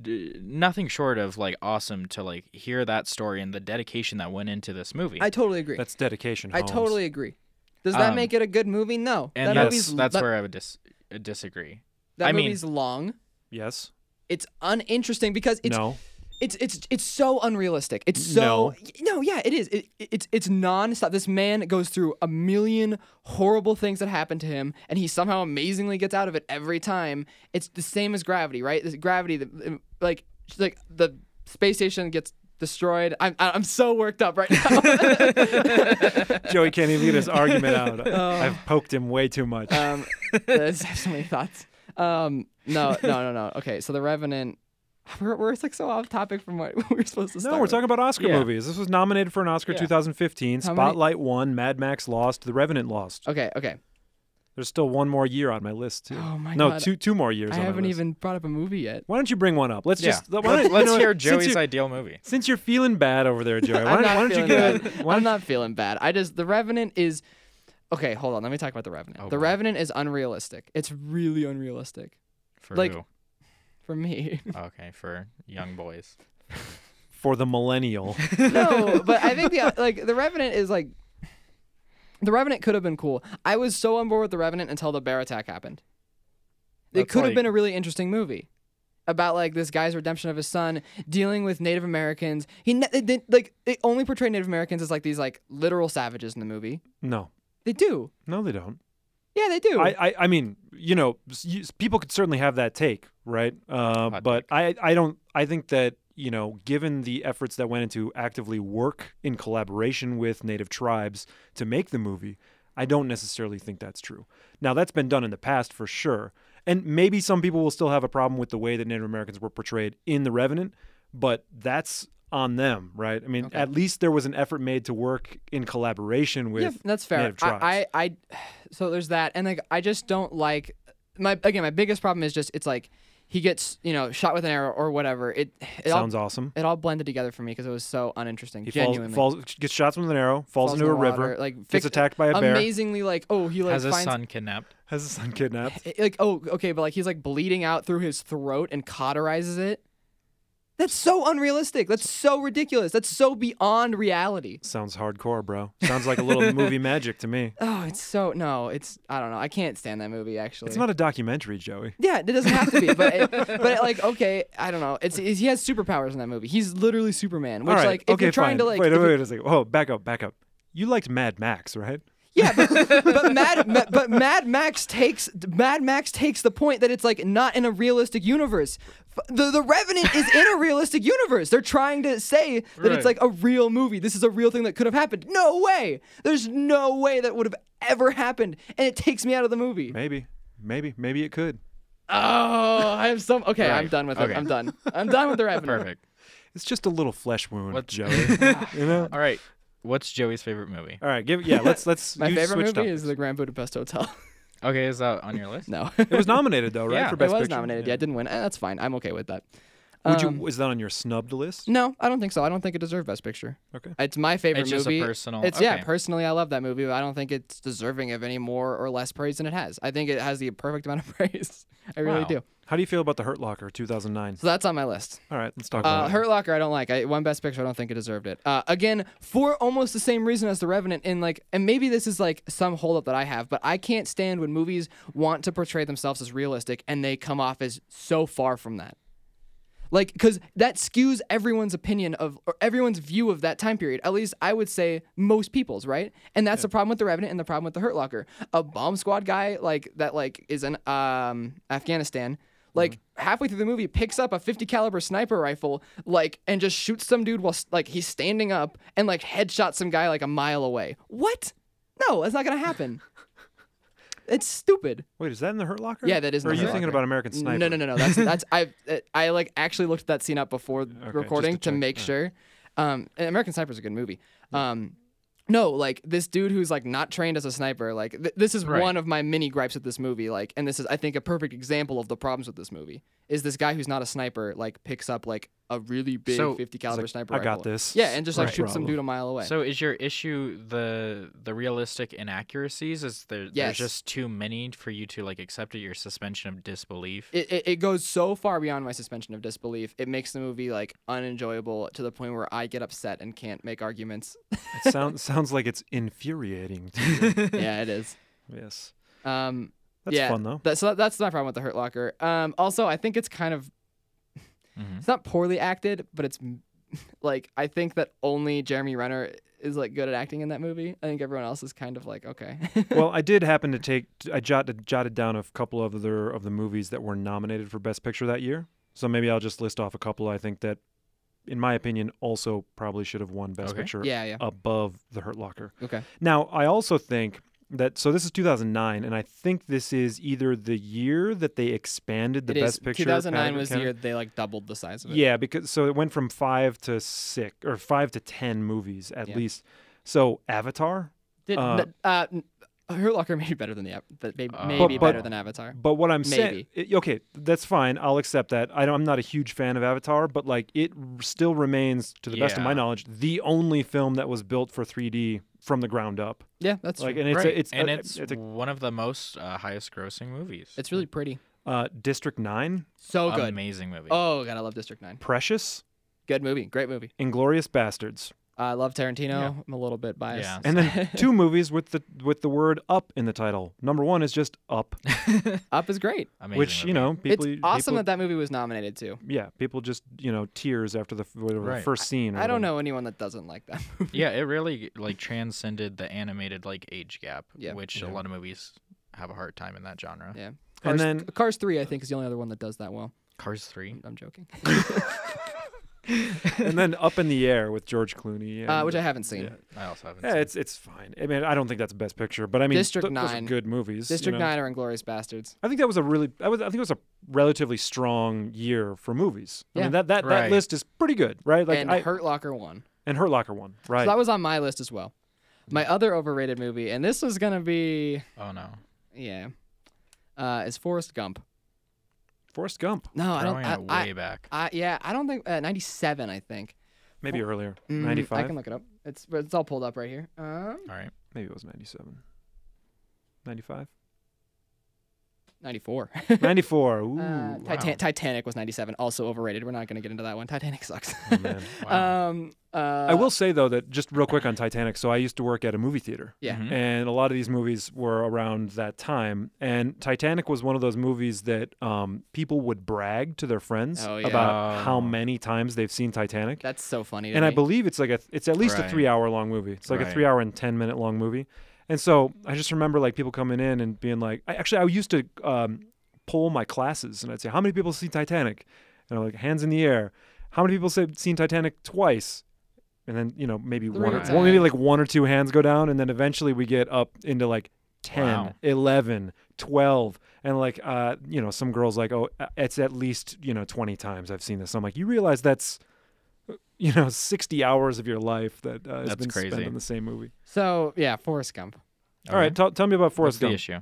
Speaker 3: d- nothing short of like awesome to like hear that story and the dedication that went into this movie.
Speaker 1: I totally agree.
Speaker 2: That's dedication.
Speaker 1: I
Speaker 2: Holmes.
Speaker 1: totally agree. Does that
Speaker 3: Um,
Speaker 1: make it a good movie? No.
Speaker 3: and
Speaker 1: that
Speaker 3: that's
Speaker 1: movie's
Speaker 3: that's
Speaker 1: that,
Speaker 3: where I would dis- uh, disagree.
Speaker 1: that
Speaker 3: I mean-
Speaker 1: movie's long.
Speaker 2: Yes.
Speaker 1: It's uninteresting because it's
Speaker 2: no.
Speaker 1: it's it's it's so unrealistic. It's so no, yeah, it is. It, it- it's it's nonstop. This man goes through a million horrible things that happen to him, and he somehow amazingly gets out of it every time. It's the same as gravity, right? This gravity, the, like like the space station gets destroyed. I'm I'm so worked up right now.
Speaker 2: Joey can't even get his argument out.
Speaker 1: Oh.
Speaker 2: I've poked him way too much.
Speaker 1: Um, there's I have so many thoughts. Um, no, no, no, no. Okay, so the Revenant. We're, we're like so off topic from what we were supposed to
Speaker 2: No,
Speaker 1: start.
Speaker 2: we're
Speaker 1: with.
Speaker 2: talking about Oscar
Speaker 3: Yeah.
Speaker 2: movies. This was nominated for an Oscar
Speaker 3: Yeah.
Speaker 2: 2015.
Speaker 1: How many-
Speaker 2: Spotlight won, Mad Max lost, The Revenant lost.
Speaker 1: Okay, okay.
Speaker 2: There's still one more year on my list too.
Speaker 1: Oh my
Speaker 2: no,
Speaker 1: God.
Speaker 2: two two more years.
Speaker 1: I
Speaker 2: on my
Speaker 1: haven't
Speaker 2: list.
Speaker 1: even brought up a movie yet.
Speaker 2: Why don't you bring one up? Let's
Speaker 3: Yeah.
Speaker 2: just why don't-
Speaker 3: Let's,
Speaker 2: you
Speaker 3: let's
Speaker 2: know what?
Speaker 3: hear
Speaker 2: since
Speaker 3: Joey's
Speaker 2: you're,
Speaker 3: ideal movie.
Speaker 2: since you're feeling bad over there, Joey. Why,
Speaker 1: I'm
Speaker 2: don't-
Speaker 1: not
Speaker 2: why don't you
Speaker 1: feeling
Speaker 2: get?
Speaker 1: bad.
Speaker 2: Why
Speaker 1: I'm
Speaker 2: don't,
Speaker 1: not feeling bad. I just the Revenant is okay. Hold on, let me talk about the Revenant.
Speaker 3: Oh,
Speaker 1: the
Speaker 3: boy.
Speaker 1: Revenant is unrealistic. It's really unrealistic
Speaker 3: For
Speaker 1: Like-
Speaker 3: who? Oh,
Speaker 1: for me.
Speaker 3: Okay, for young boys.
Speaker 2: for the millennial,
Speaker 1: no, but I think the like the Revenant is like the Revenant could have been cool. I was so on board with the Revenant until the bear attack happened. It
Speaker 3: That's
Speaker 1: could have
Speaker 3: like-
Speaker 1: been a really interesting movie about like this guy's redemption of his son, dealing with Native Americans. He ne- they didn't- like they only portray Native Americans as like these like literal savages in the movie.
Speaker 2: no,
Speaker 1: They do.
Speaker 2: no, they don't.
Speaker 1: Yeah, they do.
Speaker 2: I, I, I mean, you know, s- you, s- people could certainly have that take, right? Uh,
Speaker 3: Hot
Speaker 2: but I, I don't. I think that you know, given the efforts that went into actively work in collaboration with native tribes to make the movie, I don't necessarily think that's true. Now, that's been done in the past for sure, and maybe some people will still have a problem with the way that Native Americans were portrayed in The Revenant, but that's on them, right? I mean,
Speaker 1: Okay.
Speaker 2: at least there was an effort made to work in collaboration with.
Speaker 1: yeah, that's fair.
Speaker 2: native tribes.
Speaker 1: I, I I so there's that, and like I just don't like my again. My biggest problem is just it's like he gets you know shot with an arrow or whatever. It it all
Speaker 2: Sounds awesome.
Speaker 1: it all blended together for me because it was so uninteresting.
Speaker 2: He falls,
Speaker 1: genuinely.
Speaker 2: falls, gets shot with an arrow, falls,
Speaker 1: Falls
Speaker 2: into a
Speaker 1: in the
Speaker 2: river,
Speaker 1: water, like
Speaker 2: gets
Speaker 1: fix-
Speaker 2: attacked by a bear,
Speaker 1: Amazingly, like oh he like
Speaker 3: Has his
Speaker 1: finds
Speaker 3: son kidnapped?
Speaker 2: has his son kidnapped.
Speaker 1: it- like oh okay, but like he's like bleeding out through his throat and cauterizes it. That's so unrealistic. That's so ridiculous. That's so beyond reality.
Speaker 2: Sounds hardcore, bro. Sounds like a little movie magic to me.
Speaker 1: Oh, it's so no. It's I don't know. I can't stand that movie actually.
Speaker 2: It's not a documentary, Joey.
Speaker 1: Yeah, it doesn't have to be, but it, but like okay, I don't know. It's, it's he has superpowers in that movie. He's literally Superman, which
Speaker 2: All right,
Speaker 1: like if
Speaker 2: okay,
Speaker 1: you're trying
Speaker 2: fine.
Speaker 1: to like
Speaker 2: wait,
Speaker 1: if
Speaker 2: wait,
Speaker 1: you're-
Speaker 2: wait a second. Whoa, back up, back up. You liked Mad Max, right?
Speaker 1: yeah, but, but Mad Ma- but Mad Max takes Mad Max takes the point that it's like not in a realistic universe. F- The the Revenant is in a realistic universe. They're trying to say that
Speaker 3: Right.
Speaker 1: it's like a real movie. This is a real thing that could have happened. No way. There's no way that would have ever happened, and it takes me out of the movie.
Speaker 2: Maybe, maybe, maybe it could.
Speaker 1: Oh, I have some. Okay, I'm
Speaker 3: Right.
Speaker 1: done with
Speaker 3: Okay.
Speaker 1: it. I'm done. I'm done with the Revenant.
Speaker 3: Perfect.
Speaker 2: It's just a little flesh wound,
Speaker 3: What-
Speaker 2: Joey. you know?
Speaker 3: All right. What's Joey's favorite movie?
Speaker 2: All right, give yeah. Let's let's.
Speaker 1: My
Speaker 2: you
Speaker 1: favorite movie
Speaker 2: switched
Speaker 1: is The Grand Budapest Hotel.
Speaker 3: Okay, is that on your list?
Speaker 1: no,
Speaker 2: It was nominated though, right?
Speaker 3: Yeah,
Speaker 2: for
Speaker 3: it
Speaker 1: it
Speaker 2: best
Speaker 1: was
Speaker 2: Picture?
Speaker 1: nominated. Yeah, I didn't win. Eh, that's fine. I'm okay with that.
Speaker 2: Would
Speaker 1: Um,
Speaker 2: you? Is that on your snubbed list?
Speaker 1: No, I don't think so. I don't think it deserved Best Picture.
Speaker 2: Okay.
Speaker 1: It's my favorite
Speaker 3: It's just a
Speaker 1: movie.
Speaker 3: personal-
Speaker 1: It's yeah.
Speaker 3: okay.
Speaker 1: Personally, I love that movie, but I don't think it's deserving of any more or less praise than it has. I think it has the perfect amount of praise. I really
Speaker 3: Wow.
Speaker 1: do.
Speaker 2: How do you feel about the Hurt Locker 2009?
Speaker 1: So that's on my list.
Speaker 2: All right, let's talk about
Speaker 1: Uh,
Speaker 2: it.
Speaker 1: Hurt Locker, I don't like. I won Best Picture. I don't think it deserved it. Uh, again, for almost the same reason as The Revenant, and like, and maybe this is like some holdup that I have, but I can't stand when movies want to portray themselves as realistic and they come off as so far from that. Like, because that skews everyone's opinion of or everyone's view of that time period. At least I would say most people's, right? And that's the problem with the Revenant and the problem with the Hurt Locker. A bomb squad guy like that, like is in um, Afghanistan. Like halfway through the movie, picks up a 50 caliber sniper rifle, like, and just shoots some dude while s- like he's standing up and like headshots some guy like a mile away. What? No, that's not gonna happen. it's stupid.
Speaker 2: Wait, is that in the Hurt Locker?
Speaker 1: Yeah, that is in
Speaker 2: Or are
Speaker 1: The
Speaker 2: you
Speaker 1: Hurt
Speaker 2: thinking
Speaker 1: Locker.
Speaker 2: about American Sniper?
Speaker 1: No, no, no, no. That's that's I I like actually looked that scene up before
Speaker 2: just
Speaker 1: recording
Speaker 2: to
Speaker 1: to,
Speaker 2: check.
Speaker 1: make sure. Um, and American Sniper's a good movie. Um, no, like this dude who's like not trained as a sniper. Like th- this is
Speaker 3: Right.
Speaker 1: one of my many gripes with this movie. Like, and this is I think a perfect example of the problems with this movie is this guy who's not a sniper like picks up like a really big
Speaker 3: So,
Speaker 1: 50 caliber
Speaker 2: like,
Speaker 1: sniper
Speaker 2: "I got
Speaker 1: rifle."
Speaker 2: this.
Speaker 1: Yeah, and just like
Speaker 2: Right.
Speaker 1: shoots some
Speaker 2: Problem.
Speaker 1: dude a mile away.
Speaker 3: So is your issue the the realistic inaccuracies? Is there
Speaker 1: Yes.
Speaker 3: there's just too many for you to like accept it? Your suspension of disbelief.
Speaker 1: it, it, it goes so far beyond my suspension of disbelief. It makes the movie like unenjoyable to the point where I get upset and can't make arguments.
Speaker 2: It sounds sounds like it's infuriating. To you.
Speaker 1: yeah, it is.
Speaker 2: yes,
Speaker 1: Um,
Speaker 2: that's
Speaker 1: yeah,
Speaker 2: fun though.
Speaker 1: That, so that, that's my problem with the Hurt Locker. Um, also, I think it's kind of
Speaker 2: Mm-hmm.
Speaker 3: Mhm.
Speaker 1: it's not poorly acted, but it's m- like I think that only Jeremy Renner is like good at acting in that movie. I think everyone else is kind of like okay.
Speaker 2: well, I did happen to take I jotted jotted down a couple of other of the movies that were nominated for Best Picture that year. So maybe I'll just list off a couple I think that, in my opinion, also probably should have won Best
Speaker 3: Okay.
Speaker 2: Picture
Speaker 1: yeah, yeah.
Speaker 2: above The Hurt Locker.
Speaker 1: Okay.
Speaker 2: Now I also think that so this is 2009, and I think this is either the year that they expanded the
Speaker 1: It is-
Speaker 2: Best Picture.
Speaker 1: 2009
Speaker 2: pattern-
Speaker 1: was the
Speaker 2: category.
Speaker 1: year they like doubled the size of it.
Speaker 2: Yeah, because so it went from five to six or five to ten movies at
Speaker 1: Yeah.
Speaker 2: least. So Avatar.
Speaker 1: Did,
Speaker 2: Uh,
Speaker 1: n- uh, n- Hurt Locker may be better than the Av- that may,
Speaker 3: Uh,
Speaker 1: maybe
Speaker 2: But- but-
Speaker 1: better than Avatar.
Speaker 2: But what I'm saying, it- okay, that's fine. I'll accept that. I don't, I'm not a huge fan of Avatar, but like it r- still remains, to the best of my
Speaker 3: Yeah.
Speaker 2: knowledge, the only film that was built for 3D from the ground up.
Speaker 1: Yeah, that's
Speaker 2: Like,
Speaker 1: true.
Speaker 2: and it's
Speaker 3: Right,
Speaker 2: a, it's
Speaker 3: and
Speaker 2: a-
Speaker 3: it's,
Speaker 2: it's a,
Speaker 3: one of the most uh, highest grossing movies.
Speaker 1: It's really pretty.
Speaker 2: uh, District Nine,
Speaker 1: So good.
Speaker 3: amazing movie.
Speaker 1: Oh god, I love District Nine.
Speaker 2: Precious,
Speaker 1: Good movie. Great movie.
Speaker 2: Inglorious Bastards,
Speaker 1: I love Tarantino. I'm a little bit biased.
Speaker 3: Yeah.
Speaker 2: and then two movies with the with the word "up" in the title. Number one is just "up,"
Speaker 1: Up is great.
Speaker 3: amazing
Speaker 2: which you
Speaker 3: movie.
Speaker 2: know people.
Speaker 1: it's awesome
Speaker 2: people-
Speaker 1: that that movie was nominated too.
Speaker 2: yeah, people just you know tears after the f- whatever the
Speaker 3: Right.
Speaker 2: first scene. Or
Speaker 1: I don't
Speaker 2: whatever.
Speaker 1: know anyone that doesn't like that movie.
Speaker 3: Yeah, it really like transcended the animated like age gap,
Speaker 1: Yeah.
Speaker 3: which a lot of movies have a hard time in that genre.
Speaker 1: Yeah.
Speaker 2: And
Speaker 1: Cars,
Speaker 2: then-
Speaker 1: Cars Three, I think, is the only other one that does that well.
Speaker 3: Cars Three.
Speaker 1: I'm joking.
Speaker 2: and then up in the air with George Clooney,
Speaker 1: Uh,
Speaker 2: and-
Speaker 1: which I haven't seen.
Speaker 2: yeah.
Speaker 3: I also haven't.
Speaker 2: Yeah,
Speaker 3: seen.
Speaker 2: it's it's fine. I mean, I don't think that's best picture, but I mean,
Speaker 1: District
Speaker 2: th- those are
Speaker 1: Nine.
Speaker 2: good movies. you
Speaker 1: District
Speaker 2: know.
Speaker 1: Nine or Inglorious Bastards.
Speaker 2: I think that was a really, I, was, I think it was a relatively strong year for movies. I
Speaker 1: Yeah.
Speaker 2: mean, that that, that
Speaker 3: Right.
Speaker 2: list is pretty good, right? Like,
Speaker 1: and
Speaker 2: I,
Speaker 1: Hurt Locker one.
Speaker 2: and Hurt Locker one, right?
Speaker 1: So that was on my list as well. My other overrated movie, and this was gonna be
Speaker 3: Oh no.
Speaker 1: yeah, uh, is Forrest Gump.
Speaker 2: Forrest Gump,
Speaker 1: No, I
Speaker 3: Throwing
Speaker 1: don't.
Speaker 3: it
Speaker 1: I, I,
Speaker 3: way back.
Speaker 1: I, yeah, I don't think uh, '97. I think
Speaker 2: maybe earlier,
Speaker 1: Mm,
Speaker 2: ninety
Speaker 1: I
Speaker 2: five,
Speaker 1: can look it up. It's it's all pulled up right here. Um,
Speaker 3: All right.
Speaker 2: maybe it was ninety seven. 95
Speaker 1: 94.
Speaker 2: 94 ooh
Speaker 1: Uh,
Speaker 2: wow.
Speaker 1: Titan- Titanic was 97, also overrated. We're not going to get into that one. Titanic sucks.
Speaker 2: Oh, man.
Speaker 3: Wow.
Speaker 1: um, uh,
Speaker 2: I will say though that just real quick on Titanic. So I used to work at a movie theater,
Speaker 1: Yeah.
Speaker 3: Mhm.
Speaker 2: and a lot of these movies were around that time. And Titanic was one of those movies that um, people would brag to their friends
Speaker 1: Oh, yeah.
Speaker 2: about how
Speaker 3: Oh.
Speaker 2: many times they've seen Titanic.
Speaker 1: That's so funny. to
Speaker 2: and I
Speaker 1: me.
Speaker 2: believe it's like a it's at least a
Speaker 3: Right.
Speaker 2: three hour long movie. It's like a
Speaker 3: Right.
Speaker 2: three hour and ten minute long movie. And so I just remember like people coming in and being like, I, actually I used to um, poll my classes and I'd say how many people see Titanic, and I'm like hands in the air. How many people have seen Titanic twice? And then you know maybe
Speaker 1: Three
Speaker 2: one, or,
Speaker 3: times.
Speaker 2: well, maybe like one or two hands go down, and then eventually we get up into like 10,
Speaker 3: Wow.
Speaker 2: 11, 12. And like, uh, you know, some girls like, oh, it's at least, you know, 20 times I've seen this. I'm like, you realize that's you know, 60 hours of your life that uh, has
Speaker 3: That's
Speaker 2: been
Speaker 3: crazy.
Speaker 2: spent on the same movie.
Speaker 1: So yeah, Forrest Gump.
Speaker 2: All right, tell tell me about
Speaker 3: What's
Speaker 2: Forrest
Speaker 3: the
Speaker 2: Gump.
Speaker 3: issue?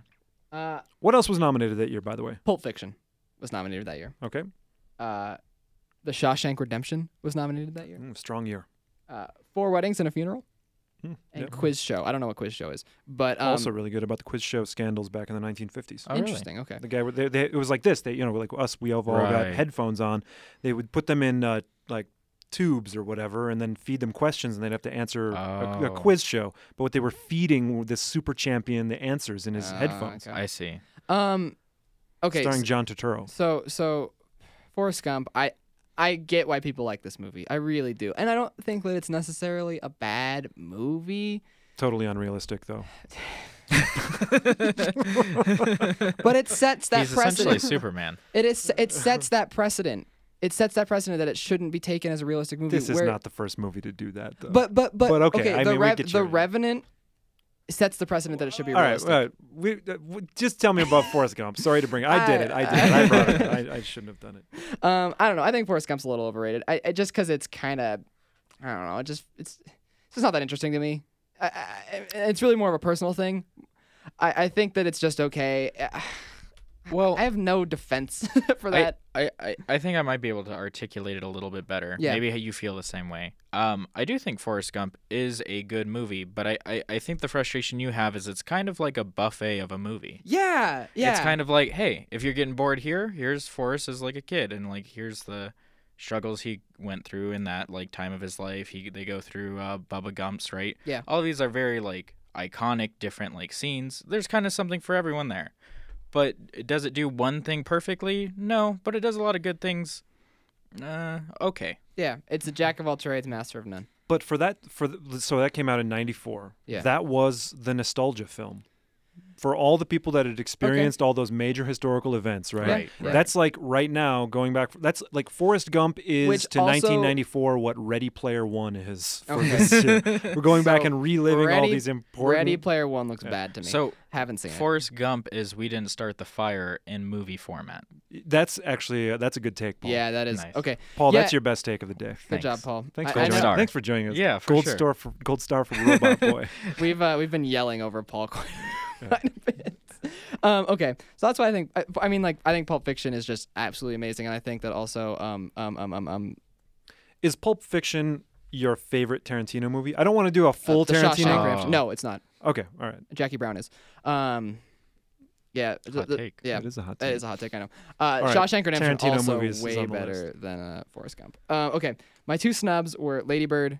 Speaker 1: Uh,
Speaker 2: What else was nominated that year, by the way?
Speaker 1: Pulp Fiction was nominated that year.
Speaker 2: Okay,
Speaker 1: Uh, the Shawshank Redemption was nominated that year.
Speaker 2: Mm, strong year.
Speaker 1: Uh, Four Weddings and a Funeral
Speaker 2: Hmm,
Speaker 1: and
Speaker 2: yeah.
Speaker 1: Quiz Show. I don't know what Quiz Show is, but um,
Speaker 2: also really good about the quiz show scandals back in the 1950s.
Speaker 3: Oh, really?
Speaker 1: interesting. Okay.
Speaker 2: The guy, with- they, they, it was like this. They, you know, like us, we have all got
Speaker 3: Right.
Speaker 2: headphones on. They would put them in uh, like tubes or whatever, and then feed them questions, and they'd have to answer a, a
Speaker 3: Oh.
Speaker 2: quiz show. But what they were feeding were this super champion the answers in his
Speaker 1: Uh,
Speaker 2: headphones,
Speaker 1: okay.
Speaker 3: I see.
Speaker 1: Um, okay.
Speaker 2: starring John Turturro.
Speaker 1: So so Forrest Gump, I I get why people like this movie. I really do. And I don't think that it's necessarily a bad movie,
Speaker 2: Totally unrealistic, though.
Speaker 1: but it sets that
Speaker 3: He's essentially
Speaker 1: precedent.
Speaker 3: Superman.
Speaker 1: It is it sets that precedent. It sets that precedent that it shouldn't be taken as a realistic movie.
Speaker 2: This is
Speaker 1: where-
Speaker 2: not the first movie to do that, though.
Speaker 1: But but but,
Speaker 2: But okay,
Speaker 1: okay,
Speaker 2: I
Speaker 1: the
Speaker 2: mean, we
Speaker 1: Rev-
Speaker 2: get
Speaker 1: the
Speaker 2: your-
Speaker 1: Revenant sets the precedent that it should be
Speaker 2: all right,
Speaker 1: realistic.
Speaker 2: all right. We, uh, w- just tell me about Forrest Gump. Sorry to bring. I did it. I did it. I brought it. I, I shouldn't have done it.
Speaker 1: Um, I don't know. I think Forrest Gump's a little overrated. I, I just because it's kind of, I don't know. It just it's it's just not that interesting to me. I, I, it's really more of a personal thing. I, I think that it's just okay.
Speaker 3: Well,
Speaker 1: I have no defense for
Speaker 3: I-
Speaker 1: that.
Speaker 3: I, I, I think I might be able to articulate it a little bit better.
Speaker 1: Yeah.
Speaker 3: Maybe you feel the same way. Um, I do think Forrest Gump is a good movie, but I, I, I think the frustration you have is it's kind of like a buffet of a movie.
Speaker 1: yeah, yeah.
Speaker 3: It's kind of like, hey, if you're getting bored here, here's Forrest as like a kid, and like here's the struggles he went through in that like time of his life. He they go through uh, Bubba Gump's right.
Speaker 1: Yeah.
Speaker 3: All these are very like iconic, different like scenes. There's kind of something for everyone there. But it- does it do one thing perfectly? No, but it does a lot of good things. Uh, okay.
Speaker 1: yeah. It's a jack of all trades, master of none.
Speaker 2: But for that, for the, so that came out in '94.
Speaker 1: Yeah.
Speaker 2: That was the nostalgia film for all the people that had experienced all those major historical events. Right.
Speaker 3: Right, right.
Speaker 2: That's like right now going back. That's like Forrest Gump is
Speaker 1: Which
Speaker 2: to
Speaker 1: also-
Speaker 2: 1994 what Ready Player One is for
Speaker 1: Okay.
Speaker 2: this year. We're going back
Speaker 1: So,
Speaker 2: and reliving all
Speaker 1: Ready-
Speaker 2: these important.
Speaker 1: Ready Player One looks bad to me.
Speaker 3: So
Speaker 1: haven't seen it.
Speaker 3: Forrest Gump is we didn't start the fire in movie format.
Speaker 2: That's actually uh, that's a good take, Paul.
Speaker 1: Yeah, that is
Speaker 3: Nice.
Speaker 1: okay.
Speaker 2: Paul,
Speaker 1: Yeah.
Speaker 2: that's your best take of the day.
Speaker 1: Good job,
Speaker 3: Thanks.
Speaker 1: Paul.
Speaker 2: Thanks
Speaker 1: I-
Speaker 2: for
Speaker 1: I
Speaker 3: Gold
Speaker 2: joining.
Speaker 1: know-
Speaker 3: star.
Speaker 2: Thanks for joining us.
Speaker 3: Yeah, for
Speaker 2: gold
Speaker 3: sure.
Speaker 2: star for gold star for Robot Boy.
Speaker 1: We've uh, we've been yelling over Paul quite, quite a bit. Um, okay, so that's why I think I, I mean like I think Pulp Fiction is just absolutely amazing, and I think that also um um um um, um
Speaker 2: Is Pulp Fiction your favorite Tarantino movie? I don't want to do a full
Speaker 1: Uh, the Shawshank
Speaker 2: Tarantino.
Speaker 1: Redemption-
Speaker 3: Oh.
Speaker 1: No, it's not.
Speaker 2: Okay, all right.
Speaker 1: Jackie Brown is. Um, yeah, the-
Speaker 3: Hot
Speaker 1: the-
Speaker 3: take.
Speaker 1: yeah,
Speaker 2: It is a hot
Speaker 1: that
Speaker 2: take.
Speaker 1: is a hot take. I know. Uh,
Speaker 2: right,
Speaker 1: Shawshank Redemption
Speaker 2: Tarantino
Speaker 1: also
Speaker 2: movies is
Speaker 1: way
Speaker 2: on the
Speaker 1: better than uh, Forrest Gump. Uh, okay, my two snubs were Lady Bird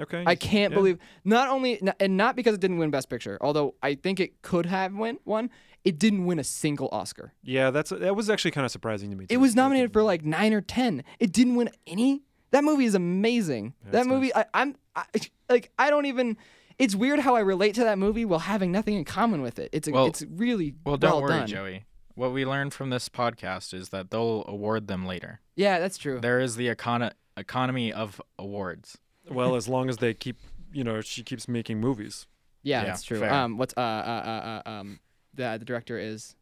Speaker 2: okay.
Speaker 1: I can't
Speaker 2: yeah.
Speaker 1: believe not only n- and not because it didn't win Best Picture, although I think it could have win one. It didn't win a single Oscar.
Speaker 2: Yeah, that's that was actually kind of surprising to me. Too.
Speaker 1: It was nominated for like nine or ten. It didn't win any. That movie is amazing. that
Speaker 2: that's
Speaker 1: movie, I, I'm I, like, I don't even. It's weird how I relate to that movie while having nothing in common with it. It's a,
Speaker 3: Well-
Speaker 1: it's really
Speaker 3: Well, don't worry,
Speaker 1: done.
Speaker 3: Joey. What we learned from this podcast is that they'll award them later.
Speaker 1: Yeah, that's true.
Speaker 3: There is the econo- economy of awards.
Speaker 2: Well, as long as they keep, you know, she keeps making movies.
Speaker 1: Yeah,
Speaker 3: Yeah,
Speaker 1: that's true.
Speaker 3: fair.
Speaker 1: Um, what's uh, uh uh uh um the the director is.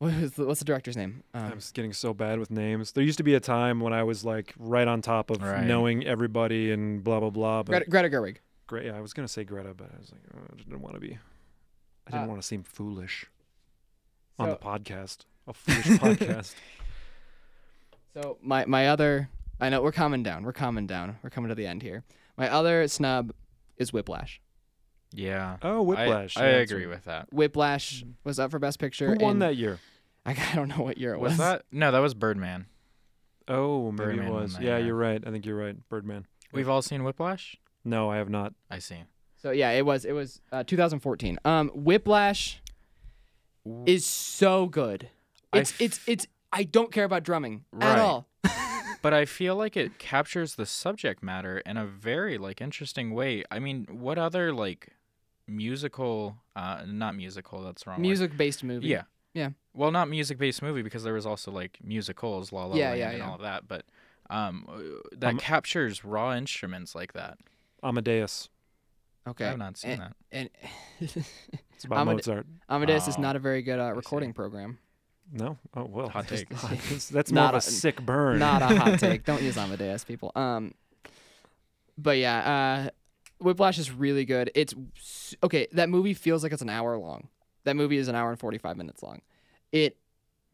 Speaker 1: What is the, what's the director's name? Um,
Speaker 2: I'm just getting so bad with names. There used to be a time when I was like right on top of
Speaker 3: Right.
Speaker 2: knowing everybody and blah blah blah. But
Speaker 1: Greta, Greta Gerwig.
Speaker 2: Gre- yeah, I was gonna say Greta, but I was like, oh, I didn't want to be. I didn't
Speaker 1: Uh,
Speaker 2: want to seem foolish on the
Speaker 1: So-
Speaker 2: podcast. A foolish podcast.
Speaker 1: So my my other I know we're coming down. We're coming down. We're coming to the end here. My other snub is Whiplash.
Speaker 3: Yeah.
Speaker 2: Oh, Whiplash.
Speaker 3: I, I
Speaker 2: yeah, that's
Speaker 3: agree
Speaker 2: right.
Speaker 3: with that.
Speaker 1: Whiplash was up for Best Picture.
Speaker 2: Who won
Speaker 1: in-
Speaker 2: that year?
Speaker 1: I, I don't know what year it was.
Speaker 3: Was that? No, that was Birdman.
Speaker 2: Oh, maybe
Speaker 3: Birdman
Speaker 2: it
Speaker 3: won
Speaker 2: was.
Speaker 3: that
Speaker 2: Yeah,
Speaker 3: year.
Speaker 2: you're right. I think you're right. Birdman.
Speaker 3: We've all seen Whiplash.
Speaker 2: No, I have not.
Speaker 3: I see.
Speaker 1: So yeah, it was it was uh, 2014. Um, Whiplash is so good.
Speaker 3: I
Speaker 1: It's it's it's I don't care about drumming at
Speaker 3: Right.
Speaker 1: all.
Speaker 3: But I feel like it captures the subject matter in a very like interesting way. I mean, what other like musical uh not musical, that's the wrong. word.
Speaker 1: Music based movie.
Speaker 3: Yeah.
Speaker 1: Yeah.
Speaker 3: Well, not music based movie because there was also like musicals, La La
Speaker 1: Yeah,
Speaker 3: Land
Speaker 1: yeah,
Speaker 3: and
Speaker 1: yeah.
Speaker 3: all of that, but um uh, that
Speaker 2: Um,
Speaker 3: captures raw instruments like that.
Speaker 2: Amadeus.
Speaker 1: Okay. Eh.
Speaker 3: I've not seen
Speaker 1: and,
Speaker 3: that.
Speaker 1: And
Speaker 2: It's about
Speaker 1: Amade-
Speaker 2: Mozart.
Speaker 1: Amadeus is
Speaker 3: Oh,
Speaker 1: not a very good uh,
Speaker 3: see.
Speaker 1: recording program.
Speaker 2: No. Oh well.
Speaker 3: Hot take.
Speaker 2: That's, that's more
Speaker 1: Not
Speaker 2: of a
Speaker 1: a-
Speaker 2: sick burn.
Speaker 1: Not a hot take. Don't use Amadeus, people. Um, but yeah, uh, Whiplash is really good. It's s- okay. That movie feels like it's an hour long. That movie is an hour and forty five minutes long. It,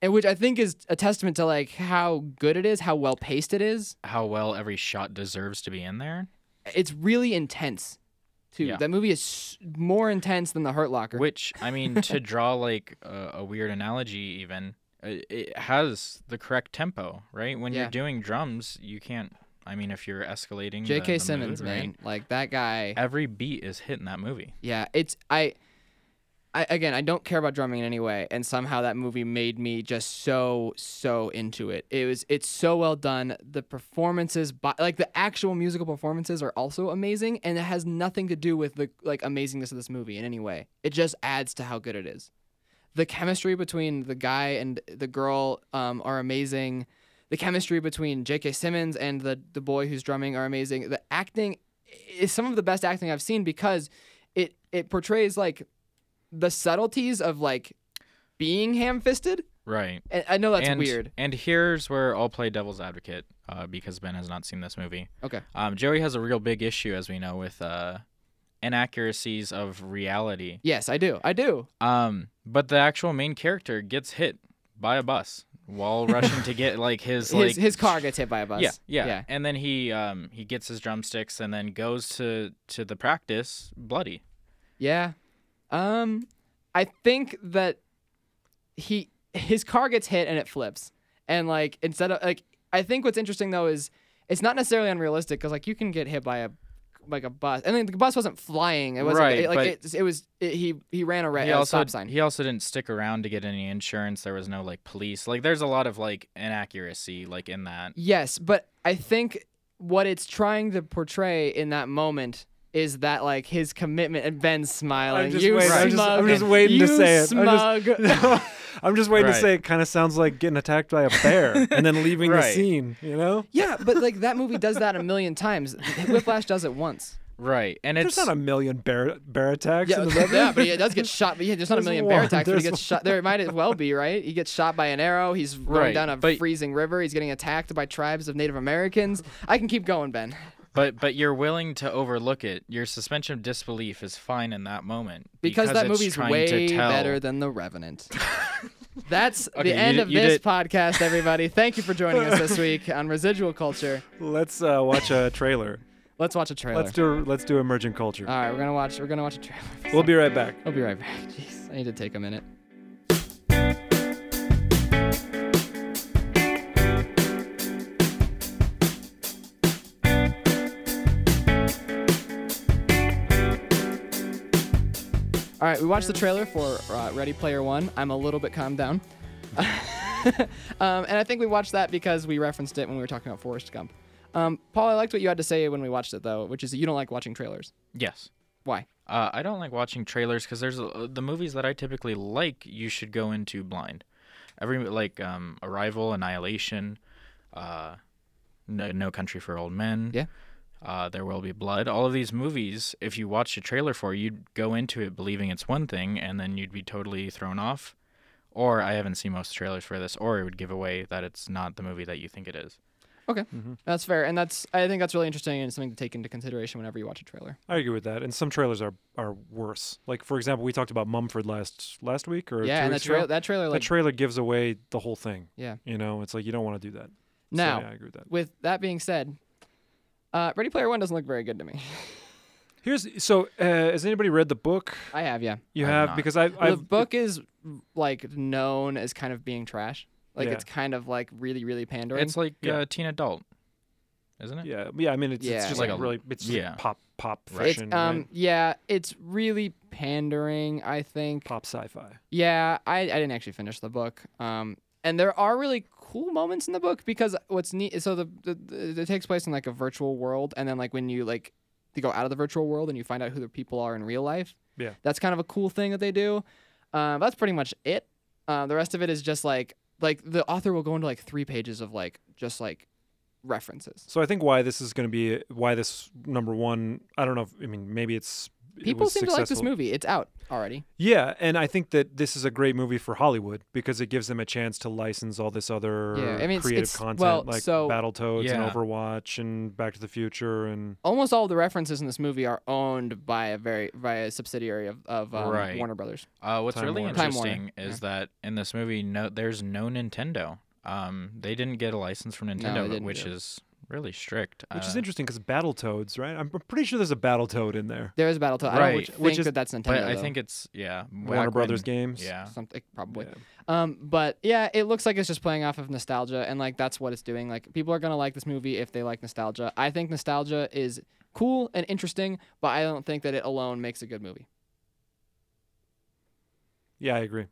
Speaker 1: and which I think is a testament to like how good it is, how well paced it is.
Speaker 3: How well every shot deserves to be in there,
Speaker 1: It's really intense, too.
Speaker 3: Yeah.
Speaker 1: That movie is s- more intense than The Hurt Locker.
Speaker 3: which I mean, to draw like a, a weird analogy, even it, it has the correct tempo, right? When
Speaker 1: Yeah.
Speaker 3: you're doing drums, you can't. I mean, if you're escalating, the-
Speaker 1: J.K.
Speaker 3: the
Speaker 1: Simmons,
Speaker 3: mood, right?
Speaker 1: man, like that guy.
Speaker 3: Every beat is hit in that movie.
Speaker 1: Yeah, it's I, I again, I don't care about drumming in any way, and somehow that movie made me just so so into it. It was it's so well done. The performances, by, like the actual musical performances, are also amazing, and it has nothing to do with the like amazingness of this movie in any way. It just adds to how good it is. The chemistry between the guy and the girl um, are amazing. The chemistry between J.K. Simmons and the the boy who's drumming are amazing. The acting is some of the best acting I've seen because it it portrays like the subtleties of like being ham-fisted.
Speaker 3: Right.
Speaker 1: And I know that's
Speaker 3: and,
Speaker 1: weird.
Speaker 3: And here's where I'll play devil's advocate uh, because Ben has not seen this movie.
Speaker 1: Okay.
Speaker 3: Um, Joey has a real big issue, as we know, with uh, inaccuracies of reality.
Speaker 1: Yes, I do. I do.
Speaker 3: Um, but the actual main character gets hit by a bus while rushing to get like his
Speaker 1: His
Speaker 3: like
Speaker 1: his car gets hit by a bus.
Speaker 3: Yeah, yeah,
Speaker 1: Yeah.
Speaker 3: And then he um he gets his drumsticks and then goes to to the practice bloody.
Speaker 1: Yeah. Um I think that he his car gets hit and it flips. And like instead of like I think what's interesting though is it's not necessarily unrealistic cuz like you can get hit by a like a bus. I mean the bus wasn't flying. It wasn't
Speaker 3: Right,
Speaker 1: it, like
Speaker 3: but-
Speaker 1: it, it was it, he he ran a, red
Speaker 3: he also
Speaker 1: stop sign.
Speaker 3: he also didn't stick around to get any insurance. There was no like police. Like there's a lot of like inaccuracy like in that.
Speaker 1: Yes, but I think what it's trying to portray in that moment is that like his commitment and Ben's smiling.
Speaker 2: I'm just
Speaker 1: you
Speaker 2: waiting-
Speaker 1: smug.
Speaker 2: I'm just- I'm just waiting to
Speaker 1: you
Speaker 2: say it. I'm just-
Speaker 1: Smug.
Speaker 2: I'm just waiting
Speaker 3: Right.
Speaker 2: to say it kind of sounds like getting attacked by a bear and then leaving the
Speaker 3: Right.
Speaker 2: scene. You know,
Speaker 1: yeah, but like that movie does that a million times. Whiplash does it once.
Speaker 3: Right. And it's
Speaker 2: there's not a million bear bear attacks.
Speaker 1: Yeah,
Speaker 2: in the
Speaker 1: okay, yeah, but he does get shot. But yeah, there's not
Speaker 2: There's
Speaker 1: a million bear
Speaker 2: one,
Speaker 1: attacks. But he
Speaker 2: there's
Speaker 1: gets
Speaker 2: one.
Speaker 1: shot. There might as well be, right? He gets shot by an arrow. He's going
Speaker 3: Right,
Speaker 1: down a
Speaker 3: but-
Speaker 1: freezing river. He's getting attacked by tribes of Native Americans. I can keep going, Ben.
Speaker 3: but but you're willing to overlook it. Your suspension of disbelief is fine in that moment
Speaker 1: because, that
Speaker 3: it's
Speaker 1: movie's
Speaker 3: trying
Speaker 1: way
Speaker 3: to tell-
Speaker 1: better than The Revenant. That's
Speaker 3: Okay,
Speaker 1: the
Speaker 3: you
Speaker 1: end
Speaker 3: did-
Speaker 1: of
Speaker 3: you
Speaker 1: this
Speaker 3: did-
Speaker 1: podcast, everybody. Thank you for joining us this week on Residual Culture.
Speaker 2: Let's uh, watch a trailer.
Speaker 1: Let's watch a trailer. Uh,
Speaker 2: Let's do let's do emergent culture.
Speaker 1: All right, we're gonna watch. We're gonna watch a trailer. for a
Speaker 2: We'll
Speaker 1: sec.
Speaker 2: be right back.
Speaker 1: We'll be right back. Jeez, I need to take a minute. All right, we watched the trailer for uh, Ready Player One. I'm a little bit calmed down. um, and I think we watched that because we referenced it when we were talking about Forrest Gump. Um, Paul, I liked what you had to say when we watched it, though, which is that you don't like watching trailers.
Speaker 3: Yes.
Speaker 1: Why?
Speaker 3: Uh, I don't like watching trailers because there's a, the movies that I typically like. You should go into blind. Every like um, Arrival, Annihilation, uh, no, no Country for Old Men.
Speaker 1: Yeah.
Speaker 3: Uh, there will be blood. All of these movies, if you watched a trailer for, you'd go into it believing it's one thing, and then you'd be totally thrown off. Or I haven't seen most trailers for this, or it would give away that it's not the movie that you think it is.
Speaker 1: Okay, that's fair, and that's I think that's really interesting and something to take into consideration whenever you watch a trailer.
Speaker 2: I agree with that. And some trailers are are worse. Like for example, we talked about Mumford last last week or
Speaker 1: yeah,
Speaker 2: two
Speaker 1: and the
Speaker 2: weeks ago.
Speaker 1: trailer that trailer
Speaker 2: That
Speaker 1: like
Speaker 2: trailer gives away the whole thing.
Speaker 1: yeah.
Speaker 2: You know, it's like you don't want to do that. So,
Speaker 1: Now
Speaker 2: yeah, I agree with that.
Speaker 1: with that being said, uh, Ready Player One doesn't look very good to me.
Speaker 2: Here's so uh, has anybody read the book?
Speaker 1: I have yeah.
Speaker 2: You
Speaker 3: I've
Speaker 2: have
Speaker 3: not.
Speaker 2: because I
Speaker 1: the
Speaker 2: I've
Speaker 1: book is like known as kind of being trash. Like
Speaker 2: Yeah.
Speaker 1: it's kind of like really really pandering.
Speaker 3: It's like
Speaker 2: Yeah.
Speaker 3: uh, Teen Adult, isn't it?
Speaker 2: yeah yeah I mean it's,
Speaker 1: Yeah.
Speaker 2: it's just
Speaker 3: Like
Speaker 2: like
Speaker 3: a-
Speaker 2: really it's just
Speaker 3: yeah.
Speaker 2: like pop pop
Speaker 3: Right.
Speaker 1: It's,
Speaker 2: fiction
Speaker 1: um
Speaker 2: right?
Speaker 1: yeah, it's really pandering. I think.
Speaker 2: pop sci-fi.
Speaker 1: Yeah, I, I didn't actually finish the book. Um, and there are really cool moments in the book because what's neat. So the, the, the it takes place in like a virtual world, and then like when you like you go out of the virtual world and you find out who the people are in real life.
Speaker 2: Yeah.
Speaker 1: that's kind of a cool thing that they do. Uh, that's pretty much it. Uh, the rest of it is just like like the author will go into like three pages of like just like references.
Speaker 2: So I think why this is going to be why this number one. I don't know. If, I mean, maybe it's it
Speaker 1: People
Speaker 2: was
Speaker 1: seem to like this
Speaker 2: successful.
Speaker 1: movie. It's out already.
Speaker 2: Yeah, and I think that this is a great movie for Hollywood because it gives them a chance to license all this other
Speaker 1: Yeah, I mean, it's-
Speaker 2: creative
Speaker 1: it's-
Speaker 2: content
Speaker 1: well,
Speaker 2: like
Speaker 1: so-
Speaker 2: Battletoads
Speaker 3: Yeah.
Speaker 2: and Overwatch and Back to the Future and
Speaker 1: Almost all the references in this movie are owned by a very by a subsidiary of, of um,
Speaker 3: Right.
Speaker 1: Warner Brothers.
Speaker 3: Uh, what's
Speaker 2: Time
Speaker 3: really
Speaker 2: Warner.
Speaker 1: Time Warner,
Speaker 3: interesting is that in this movie, no, there's no Nintendo. Um, they didn't get a license from
Speaker 1: they
Speaker 3: Nintendo,
Speaker 1: didn't,
Speaker 3: which
Speaker 1: yeah.
Speaker 3: is really strict.
Speaker 2: which
Speaker 1: Um,
Speaker 2: is
Speaker 3: uh,
Speaker 2: interesting because Battletoads, right? I'm I'm pretty sure there's a Battletoad in there.
Speaker 1: There is Battletoads. I don't
Speaker 3: Right.
Speaker 1: which, think
Speaker 2: Which is-
Speaker 1: that that's Nintendo.
Speaker 3: But I
Speaker 1: though.
Speaker 3: think it's yeah,
Speaker 2: Warner
Speaker 3: back
Speaker 2: Brothers
Speaker 3: when-
Speaker 2: games.
Speaker 3: Yeah,
Speaker 1: something probably.
Speaker 2: Yeah.
Speaker 1: Um, but yeah, it looks like it's just playing off of nostalgia, and like that's what it's doing. Like people are gonna like this movie if they like nostalgia. I think nostalgia is cool and interesting, but I don't think that it alone makes a good movie.
Speaker 2: Yeah, I agree.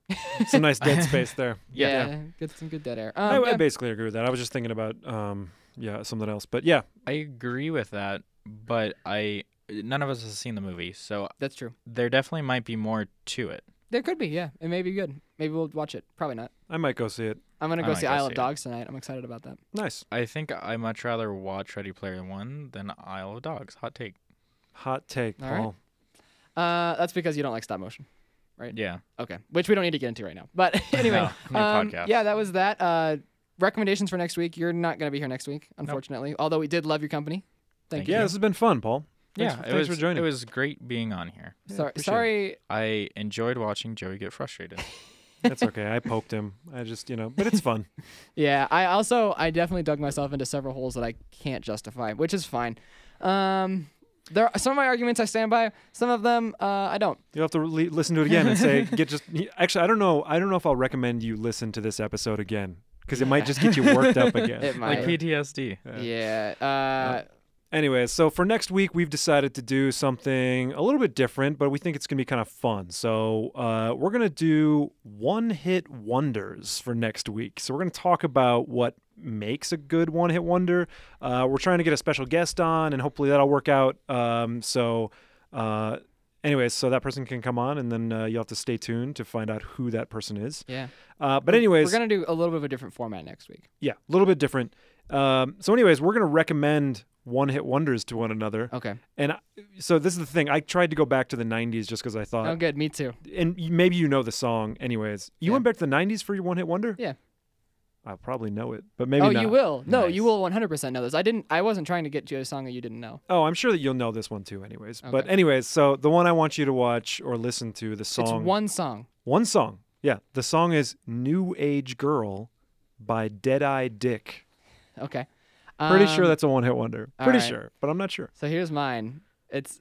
Speaker 2: Some nice dead space there.
Speaker 3: Yeah.
Speaker 1: get some good dead air.
Speaker 2: I,
Speaker 1: Um,
Speaker 2: I
Speaker 1: yeah.
Speaker 2: basically agree with that. I was just thinking about um, yeah something else, but yeah,
Speaker 3: I agree with that. But I none of us has seen the movie, so
Speaker 1: that's true.
Speaker 3: there definitely might be more to it.
Speaker 1: There could be, yeah. It may be good. Maybe we'll watch it. Probably not.
Speaker 2: I might go see it.
Speaker 1: I'm gonna
Speaker 3: I
Speaker 1: go
Speaker 3: might
Speaker 1: see
Speaker 3: go
Speaker 1: Isle
Speaker 3: see
Speaker 1: of
Speaker 3: it.
Speaker 1: Dogs tonight. I'm excited about that.
Speaker 2: Nice,
Speaker 3: I think I much rather watch Ready Player One than Isle of Dogs. Hot take.
Speaker 2: hot take,
Speaker 1: All right.
Speaker 2: Paul.
Speaker 1: Uh, that's because you don't like stop motion.
Speaker 3: Yeah.
Speaker 1: Okay, which we don't need to get into right now. But anyway,
Speaker 3: No, new
Speaker 1: um,
Speaker 3: podcast.
Speaker 1: yeah, that was that. Uh, recommendations for next week. You're not gonna be here next week, unfortunately. Although we did love your company. Thank,
Speaker 3: Thank
Speaker 1: you.
Speaker 2: Yeah, this has been fun, Paul. Thanks, for-
Speaker 3: yeah. it
Speaker 2: thanks
Speaker 3: was
Speaker 2: for joining.
Speaker 3: it was great being on here.
Speaker 2: Yeah,
Speaker 1: sorry,
Speaker 2: appreciate it.
Speaker 1: sorry.
Speaker 3: I enjoyed watching Joey get frustrated.
Speaker 2: That's okay. I poked him. I just you know, but it's fun.
Speaker 1: Yeah, I also I definitely dug myself into several holes that I can't justify, which is fine. Um, there are some of my arguments I stand by. Some of them uh, I don't.
Speaker 2: You'll have to re- listen to it again and say, get just. Actually, I don't know. I don't know if I'll recommend you listen to this episode again because it might just get you worked up again.
Speaker 1: It
Speaker 3: like
Speaker 1: might.
Speaker 3: PTSD.
Speaker 1: yeah. Uh,
Speaker 2: Anyway, so for next week, we've decided to do something a little bit different, but we think it's going to be kind of fun. So uh, we're going to do one hit wonders for next week. So we're going to talk about what makes a good one hit wonder. Uh, we're trying to get a special guest on, and hopefully that'll work out. Um, so. Uh, Anyways, so that person can come on, and then uh, you'll have to stay tuned to find out who that person is.
Speaker 1: yeah.
Speaker 2: Uh, but anyways,
Speaker 1: We're gonna do a little bit of a different format next week.
Speaker 2: yeah, a little bit different. Um, so, anyways, we're gonna recommend one-hit wonders to one another.
Speaker 1: Okay.
Speaker 2: And I, so this is the thing. I tried to go back to the '90s just because I thought,
Speaker 1: oh, good. Me too.
Speaker 2: and y- maybe you know the song. Anyways,
Speaker 1: Yeah.
Speaker 2: you went back to the '90s for your one-hit wonder.
Speaker 1: Yeah.
Speaker 2: I probably know it, but maybe
Speaker 1: oh,
Speaker 2: not.
Speaker 1: you will. No, you
Speaker 3: Nice.
Speaker 1: will 100% know this. I didn't. I wasn't trying to get you a song that you didn't know.
Speaker 2: Oh, I'm sure that you'll know this one too. Anyways, but
Speaker 1: Okay.
Speaker 2: anyways, so the one I want you to watch or listen to the song.
Speaker 1: It's one song.
Speaker 2: one song. Yeah, the song is "New Age Girl" by Dead Eye Dick.
Speaker 1: Okay.
Speaker 2: Pretty sure
Speaker 1: Um,
Speaker 2: that's a one-hit wonder.
Speaker 1: all
Speaker 2: Pretty
Speaker 1: right.
Speaker 2: sure, but I'm not sure.
Speaker 1: So here's mine. It's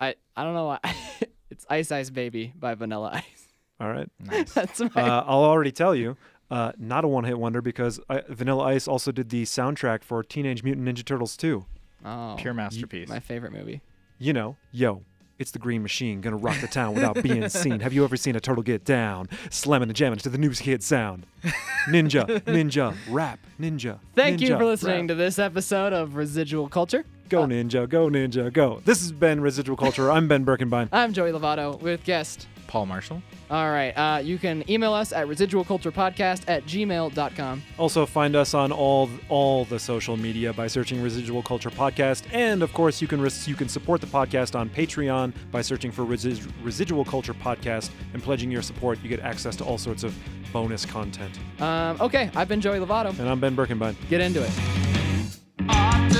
Speaker 1: I I don't know why. it's Ice Ice Baby by Vanilla Ice.
Speaker 2: All right.
Speaker 3: Nice.
Speaker 1: That's my
Speaker 2: uh, I'll already tell you, uh, not a one-hit wonder because I, Vanilla Ice also did the soundtrack for Teenage Mutant Ninja Turtles 2.
Speaker 1: oh,
Speaker 3: Pure masterpiece.
Speaker 1: my favorite movie.
Speaker 2: You know, yo, it's the Green Machine, gonna rock the town without being seen. Have you ever seen a turtle get down, slamming and jamming to the new kid sound? Ninja, ninja, rap, ninja.
Speaker 1: Thank you
Speaker 2: ninja,
Speaker 1: for listening
Speaker 2: rap.
Speaker 1: to this episode of Residual Culture.
Speaker 2: Go Ninja, go Ninja, go. This has been Residual Culture. I'm Ben Birkenbein.
Speaker 1: I'm Joey Lovato with guest.
Speaker 3: Paul Marshall.
Speaker 1: All right. Uh, you can email us at residualculturepodcast at gmail.com.
Speaker 2: Also, find us on all all the social media by searching Residual Culture Podcast, and of course, you can res- you can support the podcast on Patreon by searching for Resid- Residual Culture Podcast and pledging your support. You get access to all sorts of bonus content.
Speaker 1: Um, okay. I've been Joey Lovato.
Speaker 2: And I'm Ben Birkenbein.
Speaker 1: Get into it.
Speaker 4: Art